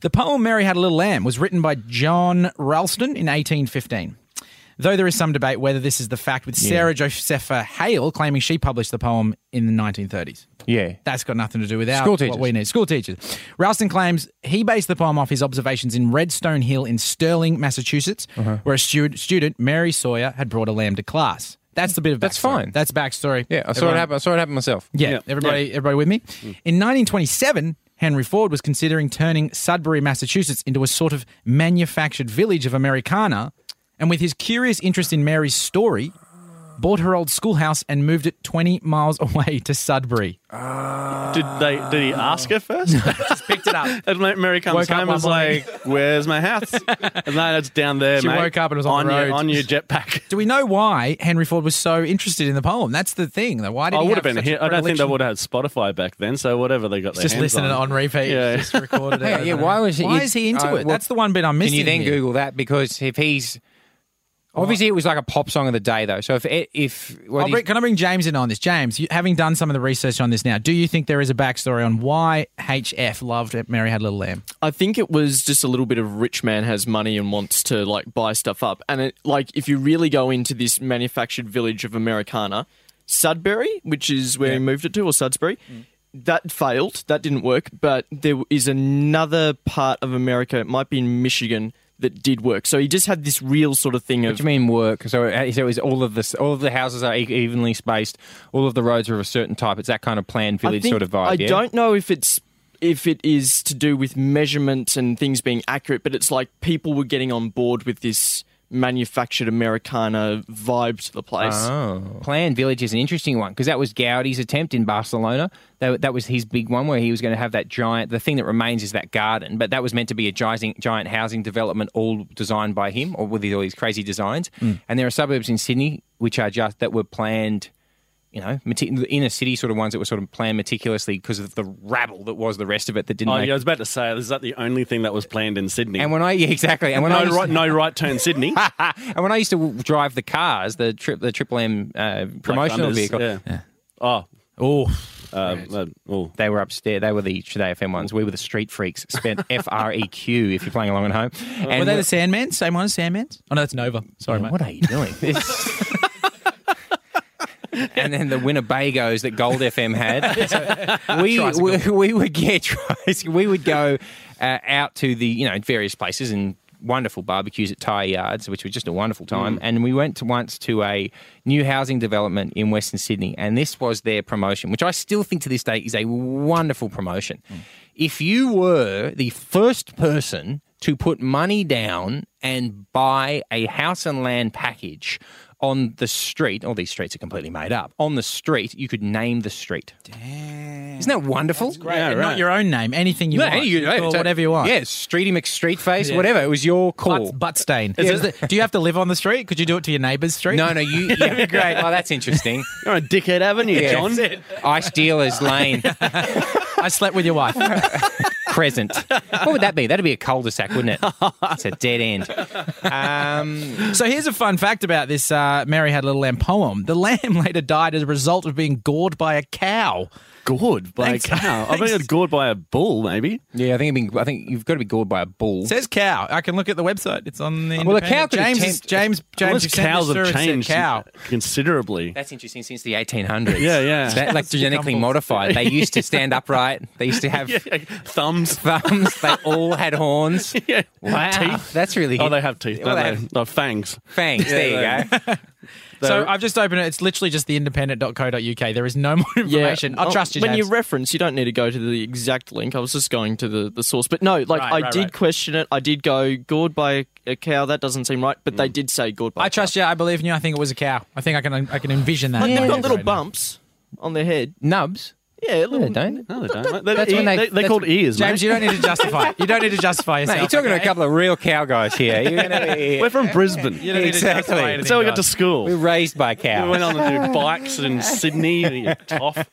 Speaker 1: The poem Mary Had a Little Lamb was written by John Ralston in 1815. Though there is some debate whether this is the fact, with Sarah Josepha Hale claiming she published the poem in the 1930s.
Speaker 2: yeah.
Speaker 1: That's got nothing to do with our
Speaker 2: School
Speaker 1: what
Speaker 2: teachers.
Speaker 1: we need. School teachers. Ralston claims he based the poem off his observations in Redstone Hill in Stirling, Massachusetts,
Speaker 2: Uh-huh.
Speaker 1: where a student, student, Mary Sawyer, had brought a lamb to class. That's the bit of
Speaker 2: That's
Speaker 1: backstory.
Speaker 2: fine.
Speaker 1: That's backstory.
Speaker 2: Yeah, I saw
Speaker 1: Everyone-
Speaker 2: it happen. I saw it happen myself.
Speaker 1: Yeah,
Speaker 3: Yeah.
Speaker 1: everybody, everybody with me. In 1927, Henry Ford was considering turning Sudbury, Massachusetts, into a sort of manufactured village of Americana, and with his curious interest in Mary's story, bought her old schoolhouse and moved it 20 miles away to Sudbury.
Speaker 3: Did they? Did he ask her first?
Speaker 1: Just picked it up.
Speaker 3: and Ma- Mary comes
Speaker 1: Woke up
Speaker 3: home
Speaker 1: one
Speaker 3: and is
Speaker 1: morning.
Speaker 3: like, "Where's my house?" and no, it's down there.
Speaker 1: She
Speaker 3: mate.
Speaker 1: woke up and was on the road.
Speaker 3: your on your jetpack.
Speaker 1: Do we know why Henry Ford was so interested in the poem? That's the thing. though. Why did
Speaker 3: I
Speaker 1: he
Speaker 3: would have
Speaker 1: have
Speaker 3: been
Speaker 1: such a
Speaker 3: here. I don't think they
Speaker 1: predilection?
Speaker 3: would have had Spotify back then. So whatever they got, their
Speaker 1: Just
Speaker 3: hands
Speaker 1: listening
Speaker 3: on.
Speaker 1: on repeat.
Speaker 3: Yeah.
Speaker 1: Just recorded it.
Speaker 2: Yeah,
Speaker 1: over
Speaker 2: yeah,
Speaker 1: and
Speaker 2: why
Speaker 1: over.
Speaker 2: was he-
Speaker 1: why is he into
Speaker 2: uh,
Speaker 1: it?
Speaker 2: well,
Speaker 1: That's the one bit I'm
Speaker 2: Can
Speaker 1: missing.
Speaker 2: you then
Speaker 1: here.
Speaker 2: Google that? Because if he's obviously it was like a pop song of the day though. So if it, if
Speaker 3: Oh,
Speaker 2: well,
Speaker 1: I'll
Speaker 2: these-
Speaker 1: bring, can I bring James in on this? James, you, having done some of the research on this now, do you think there is a backstory on why HF loved Mary Had a Little Lamb?
Speaker 4: I think it was just a little bit of rich man has money and wants to like buy stuff up. And it, like if you really go into this manufactured village of Americana, Sudbury, which is where he moved it to, or Sudbury,
Speaker 2: Mm.
Speaker 4: that failed. That didn't work. But there is another part of America. It might be in Michigan that did work. So he just had this real sort of thing
Speaker 2: what
Speaker 4: of
Speaker 2: do you mean work? So uh, it, so it was all of this, all of the houses are e- evenly spaced. All of the roads are of a certain type. It's that kind of planned
Speaker 4: I
Speaker 2: village
Speaker 4: think-
Speaker 2: sort of vibe.
Speaker 4: I
Speaker 2: yeah?
Speaker 4: don't know if it's if it is to do with measurements and things being accurate, but it's like people were getting on board with this manufactured Americana vibe to the place.
Speaker 2: Ah.
Speaker 3: Oh.
Speaker 2: Planned Village is an interesting one because that was Gaudi's attempt in Barcelona. That, that was his big one where he was going to have that giant. The thing that remains is that garden, but that was meant to be a giant, giant housing development, all designed by him, or with all these crazy designs.
Speaker 3: Hmm.
Speaker 2: And there are suburbs in Sydney which are just that were planned. You know, meti- the inner city sort of ones that were sort of planned meticulously because of the rabble that was the rest of it that didn't.
Speaker 3: Oh,
Speaker 2: make-
Speaker 3: yeah, I was about to say, is that the only thing that was planned in Sydney?
Speaker 2: And when I yeah, exactly, and when I
Speaker 3: no,
Speaker 2: used-
Speaker 3: right, no right turn Sydney.
Speaker 1: Ah,
Speaker 2: and when I used to w- drive the cars, the trip, the Triple M uh, promotional
Speaker 3: Thunders,
Speaker 2: vehicle,
Speaker 3: Yeah. Oh,
Speaker 1: Oh,
Speaker 3: um, uh, oh.
Speaker 2: They were upstairs. They were the Today FM ones. We were the Street Freaks. Spent F R E Q. If you're playing along at home, and
Speaker 1: were they the Sandmen? Same one as Sandmen? Oh no, that's Nova. Sorry, mate.
Speaker 2: what are you doing? This- and then the Winnebagos that Gold FM had. So we, we we would get tricycle. We would go uh, out to the you know various places and wonderful barbecues at Tire Yards, which was just a wonderful time. And we went to once to a new housing development in Western Sydney, and this was their promotion, which I still think to this day is a wonderful promotion. If you were the first person to put money down and buy a house and land package on the street, all these streets are completely made up. On the street, you could name the street. Isn't that wonderful?
Speaker 3: Yeah,
Speaker 1: And
Speaker 3: right.
Speaker 1: Not your own name, anything you
Speaker 2: No,
Speaker 1: want.
Speaker 2: you-
Speaker 1: call
Speaker 2: so-
Speaker 1: whatever you want.
Speaker 2: Yeah, Streety McStreetface,
Speaker 1: Yeah.
Speaker 2: whatever. It was your call.
Speaker 1: Butt, butt stain. Is it- do you have to live on the street? Could you do it to your neighbour's street?
Speaker 2: no, no, you. Yeah, great. Oh, that's interesting.
Speaker 3: You're on Dickhead Avenue,
Speaker 2: Yeah.
Speaker 3: John.
Speaker 2: Ice dealers lane
Speaker 1: I slept with your wife.
Speaker 2: crescent. What would that be? That'd be a cul-de-sac, wouldn't it? It's a dead end. Um,
Speaker 1: So here's a fun fact about this uh, Mary Had a Little Lamb poem. The lamb later died as a result of being gored by a cow.
Speaker 3: Gored by
Speaker 1: Thanks.
Speaker 3: a cow. I think
Speaker 1: Thanks.
Speaker 3: it's gored by a bull, maybe.
Speaker 2: yeah, I think it'd be, I think you've got to be gored by a bull.
Speaker 1: It says cow. I can look at the website. It's on the
Speaker 2: Well, a
Speaker 1: Independent.
Speaker 2: cow could
Speaker 1: James,
Speaker 2: attempt-
Speaker 1: James, James,
Speaker 3: Unless
Speaker 1: you sent
Speaker 3: cows
Speaker 1: this
Speaker 3: have
Speaker 1: through and said
Speaker 3: changed
Speaker 1: cow.
Speaker 3: considerably.
Speaker 2: That's interesting. Since the 1800s,
Speaker 3: Yeah, yeah.
Speaker 2: Is that, like genetically
Speaker 1: Cucumbles.
Speaker 2: modified. They used to stand upright. They used to have
Speaker 3: Thumbs.
Speaker 2: thumbs. They all had horns.
Speaker 3: Yeah.
Speaker 2: Wow, that's really
Speaker 3: Oh, they have teeth,
Speaker 2: Well,
Speaker 3: don't
Speaker 2: they
Speaker 3: they?
Speaker 2: have-
Speaker 3: No, fangs.
Speaker 2: fangs. there you go.
Speaker 1: So I've just opened it. It's literally just theindependent.co.uk. There is no more information. I
Speaker 4: Oh,
Speaker 1: trust you,
Speaker 4: When
Speaker 1: James.
Speaker 4: you reference, you don't need to go to the exact link. I was just going to the, the source. But no, like
Speaker 1: Right,
Speaker 4: I
Speaker 1: right,
Speaker 4: did
Speaker 1: right.
Speaker 4: question it. I did go gored by a, a cow. That doesn't seem right. But
Speaker 2: Mm.
Speaker 4: they did say gored by.
Speaker 1: I trust you. I believe in you. I think it was a cow. I think I can I can envision that.
Speaker 4: Like,
Speaker 1: Yeah.
Speaker 4: They've got little
Speaker 1: Right now.
Speaker 4: bumps on their head.
Speaker 2: Nubs.
Speaker 4: Yeah, little.
Speaker 2: They don't.
Speaker 3: No, they don't. They're,
Speaker 2: That's when they-
Speaker 3: they, are
Speaker 2: that's-
Speaker 3: called ears,
Speaker 1: James,
Speaker 3: mate.
Speaker 1: you don't need to justify. You don't need to justify yourself.
Speaker 2: Mate, you're talking to
Speaker 1: okay?
Speaker 2: a couple of real cow guys here. You're gonna be,
Speaker 3: We're from Brisbane.
Speaker 1: You don't need to justify
Speaker 2: Exactly.
Speaker 1: anything,
Speaker 3: That's how we got to
Speaker 1: guys.
Speaker 3: school.
Speaker 2: we're
Speaker 3: We
Speaker 2: raised by cows.
Speaker 3: went on to do bikes in Sydney. and you toff.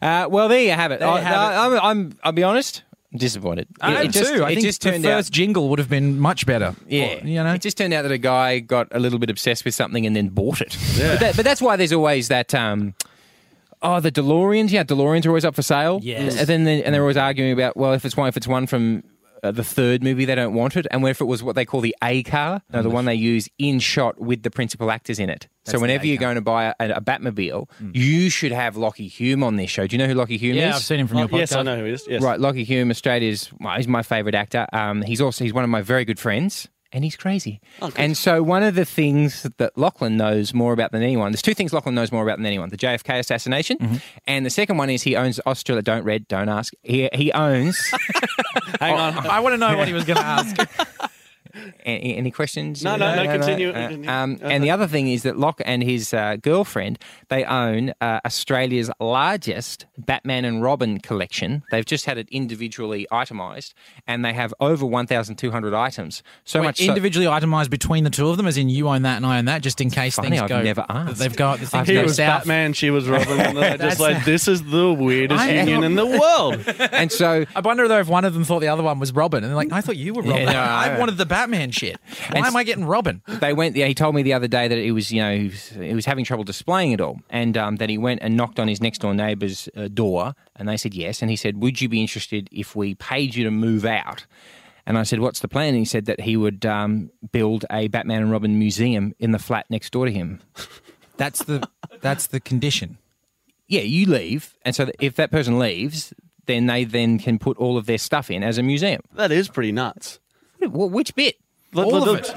Speaker 2: Uh, well, there you have it. I,
Speaker 1: you have
Speaker 2: I, am I'm, I'll be honest. I'm disappointed.
Speaker 1: I am
Speaker 2: it just,
Speaker 1: too. I
Speaker 2: it
Speaker 1: think
Speaker 2: just
Speaker 1: the
Speaker 2: turned
Speaker 1: first
Speaker 2: out.
Speaker 1: jingle would have been much better.
Speaker 2: Yeah,
Speaker 1: you know.
Speaker 2: it just turned out that a guy got a little bit obsessed with something and then bought it. But, that, but that's why there's always that. Um, oh, the DeLoreans. Yeah, DeLoreans are always up for sale.
Speaker 1: Yes.
Speaker 2: and then they, and they're always arguing about well, if it's one, if it's one from. Uh, the third movie they don't want it, and if it was what they call the A car,
Speaker 1: Mm.
Speaker 2: no, the one they use in shot with the principal actors in it. so whenever you're going to buy a, a Batmobile, you should have Lockie Hume on this show. Do you know who Lockie Hume is?
Speaker 1: Mm. yeah, I've seen him from your podcast.
Speaker 3: Yes, I know who it is. Yes.
Speaker 2: Right, Lockie Hume, Australia's well, he's my favourite actor. Um, he's also he's one of my very good friends, and he's crazy. and so one of the things that Lachlan knows more about than anyone, there's two things Lachlan knows more about than anyone: the JFK assassination, and the second one is he owns Australia. Don't read, don't ask. He he owns.
Speaker 1: Hang on. I want to know what he was going to ask.
Speaker 2: A- Any questions?
Speaker 3: No, no, no, continue,
Speaker 2: Uh,
Speaker 3: continue.
Speaker 2: um, and the other thing is that Locke and his uh, girlfriend they own uh, Australia's largest Batman and Robin collection. They've just had it individually itemized, and they have over one thousand two hundred items. So
Speaker 1: Wait,
Speaker 2: much so-
Speaker 1: individually itemized between the two of them, as in you own that and I own that, just in case
Speaker 2: funny,
Speaker 1: things
Speaker 2: I've
Speaker 1: go.
Speaker 2: never asked.
Speaker 1: They've got the things
Speaker 2: He
Speaker 1: go
Speaker 2: was
Speaker 1: south.
Speaker 3: Batman, she was Robin. And they're just like, this is the weirdest
Speaker 1: I-
Speaker 3: union in the world.
Speaker 2: and so
Speaker 1: I wonder though if one of them thought the other one was Robin, and they're like, "I thought you were Robin.
Speaker 2: no,
Speaker 1: I,
Speaker 2: I-
Speaker 1: wanted the Batman shit. Why
Speaker 2: And-
Speaker 1: am I getting Robin?"
Speaker 2: they went. Yeah, he told me the other day that it was, you know, he was, he was having trouble displaying it all, and um, that he went and knocked on his next door neighbour's uh, door, and they said yes, and he said, "Would you be interested if we paid you to move out?" And I said, "What's the plan?" And he said that he would um, build a Batman and Robin museum in the flat next door to him.
Speaker 1: That's the that's the condition.
Speaker 2: Yeah, you leave, and so that if that person leaves, then they then can put all of their stuff in as a museum.
Speaker 3: That is pretty nuts.
Speaker 2: Wh- Which bit?
Speaker 3: Let-
Speaker 1: All
Speaker 3: let-
Speaker 1: of it.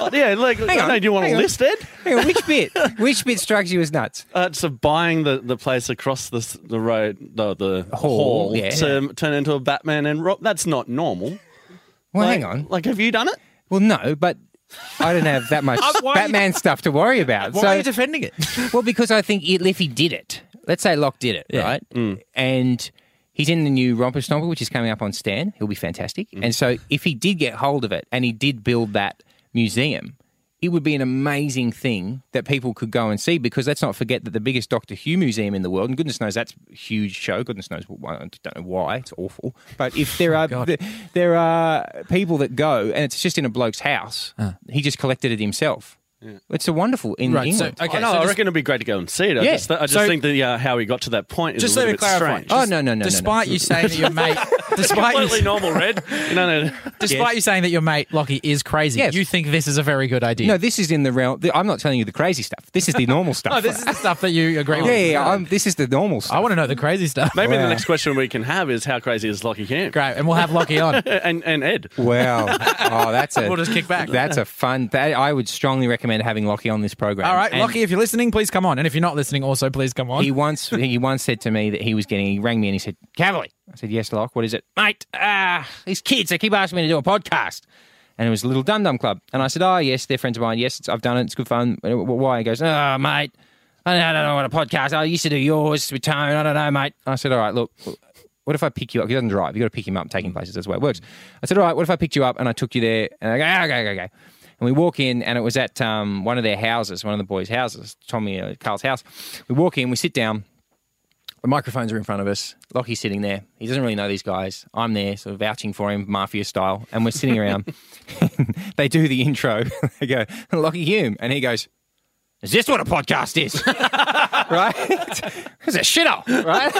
Speaker 3: let- Yeah, like, I don't know, do you want
Speaker 2: hang
Speaker 3: to
Speaker 2: on.
Speaker 3: list it?
Speaker 2: Hang on, which bit? Which bit strikes you as nuts?
Speaker 3: Uh, so buying the, the place across the s- the road, the, the hall,
Speaker 2: Hall, yeah.
Speaker 3: to turn into a Batman and Rob. That's not normal.
Speaker 2: Well,
Speaker 3: like,
Speaker 2: hang on.
Speaker 3: Like, have you done it?
Speaker 2: Well, no, but I don't have that much
Speaker 1: Uh, why are you-
Speaker 2: Batman stuff to worry about.
Speaker 1: Why
Speaker 2: so,
Speaker 1: are you defending it?
Speaker 2: well, because I think it- if he did it, let's say Locke did it, right?
Speaker 1: Mm.
Speaker 2: And he's in the new Romper Stomper, which is coming up on Stan. He'll be fantastic.
Speaker 1: Mm.
Speaker 2: And so, if he did get hold of it and he did build that museum, it would be an amazing thing that people could go and see because let's not forget that the biggest Doctor Who museum in the world, and goodness knows that's a huge show. Goodness knows why, I don't know why it's awful. But if there are
Speaker 1: Oh, God.
Speaker 2: th- there are people that go and it's just in a bloke's house, he just collected it himself. It's a wonderful in
Speaker 1: Ah. Right, so-
Speaker 2: England.
Speaker 1: okay,
Speaker 3: I know.
Speaker 1: so
Speaker 3: I
Speaker 1: just-
Speaker 3: reckon it'd be great to go and see it. I
Speaker 2: Yeah.
Speaker 3: just, I just
Speaker 1: So-
Speaker 3: think that uh, how he got to that point is
Speaker 1: Just
Speaker 3: a
Speaker 1: let me
Speaker 3: little bit
Speaker 1: clarify.
Speaker 3: strange.
Speaker 2: Oh, no, no, no, no.
Speaker 1: Despite you saying that your mate, despite
Speaker 3: Completely
Speaker 1: you,
Speaker 3: normal, Red. No, no.
Speaker 1: despite you saying that your mate Lockie is crazy,
Speaker 2: Yes.
Speaker 1: you think this is a very good idea.
Speaker 2: No, this is in the realm. th- I'm not telling you the crazy stuff. This is the normal stuff.
Speaker 1: No, Oh, this is Oh, the stuff that you agree
Speaker 2: yeah,
Speaker 1: with.
Speaker 2: yeah, yeah, I'm, this is the normal
Speaker 1: I
Speaker 2: stuff.
Speaker 1: want to know the crazy stuff.
Speaker 3: Maybe
Speaker 2: Wow.
Speaker 3: the next question we can have is how crazy is Lockie Camp?
Speaker 1: Great, and we'll have Lockie on.
Speaker 3: And, and Ed.
Speaker 2: Wow. Oh, that's a.
Speaker 1: We'll just kick back.
Speaker 2: That's a fun. That I would strongly recommend having Lockie on this program.
Speaker 1: All right,
Speaker 2: And
Speaker 1: Lockie, if you're listening, please come on. And if you're not listening, also please come on.
Speaker 2: He once he once said to me that he was getting. He rang me and he said, "Cavalier." I said, "Yes, Locke. What is it, mate? Ah, these kids. They keep asking me to do a podcast." And it was Little Dum Dum Club. And I said, "Oh, yes, they're friends of mine. Yes, it's, I've done it. It's good fun." Uh, Why? He goes, "Oh, mate, I don't- I don't know what a podcast. I used to do yours with Tone. I don't know, mate." I said, "All right, look." What if I pick you up? He doesn't drive. You've got to pick him up, take him places. That's the way it works. I said, All right, what if I picked you up and I took you there? And I go, "Ah, Okay, okay, okay. And we walk in, and it was at um, one of their houses, one of the boys' houses, Tommy uh, Carl's house. We walk in, we sit down, the microphones are in front of us. Lockie's sitting there. He doesn't really know these guys. I'm there, sort of vouching for him, mafia style, and we're sitting around. they do the intro. they go, Lockie Hume. And he goes, Is this what a podcast is? right? It's a shithole, right?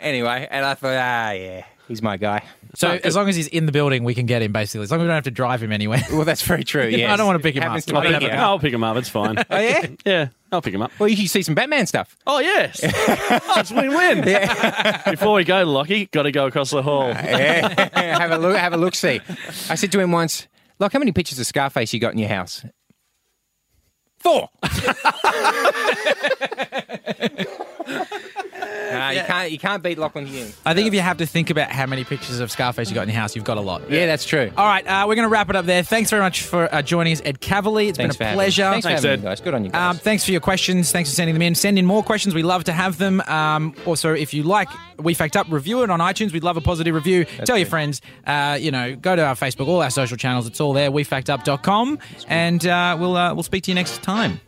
Speaker 2: anyway, and I thought, Ah, yeah, he's my guy.
Speaker 1: so as long as he's in the building, we can get him. Basically, as long as we don't have to drive him anywhere.
Speaker 2: Well, that's very true. Yes.
Speaker 1: I don't want to pick him
Speaker 2: Happens
Speaker 1: up.
Speaker 2: to
Speaker 1: I
Speaker 2: be
Speaker 1: don't have a
Speaker 2: here.
Speaker 1: car.
Speaker 3: I'll pick him up. It's fine.
Speaker 2: Oh, yeah?
Speaker 3: yeah, I'll pick him up.
Speaker 2: Well, you can see some Batman stuff.
Speaker 3: Oh, yes. oh, it's win win. Before we go, Lockie, got to go across the hall.
Speaker 2: Yeah. have a look. Have a look. See, I said to him once, "Look, how many pictures of Scarface you got in your house?" Four. Nah, you can't. You can't beat Lachlan Hume.
Speaker 1: I think if you have to think about how many pictures of Scarface you got in your house, you've got a lot.
Speaker 2: Yeah, that's true.
Speaker 1: All right, uh, we're going to wrap it up there. Thanks very much for uh, joining us, Ed Cavalier. It's
Speaker 2: Thanks
Speaker 1: been
Speaker 2: for
Speaker 1: a
Speaker 2: having me.
Speaker 1: pleasure.
Speaker 2: Thanks,
Speaker 3: Thanks,
Speaker 2: for having
Speaker 3: Ed.
Speaker 2: me, guys. Good on you. Guys.
Speaker 1: Um, thanks for your questions. Thanks for sending them in. Send in more questions. We love to have them. Um, also, if you like We Fact Up, review it on iTunes. We'd love a positive review. Tell your friends. Uh, you know, go to our Facebook, all our social channels. It's all there. WeFactUp.com, and uh, we'll uh, we'll speak to you next time.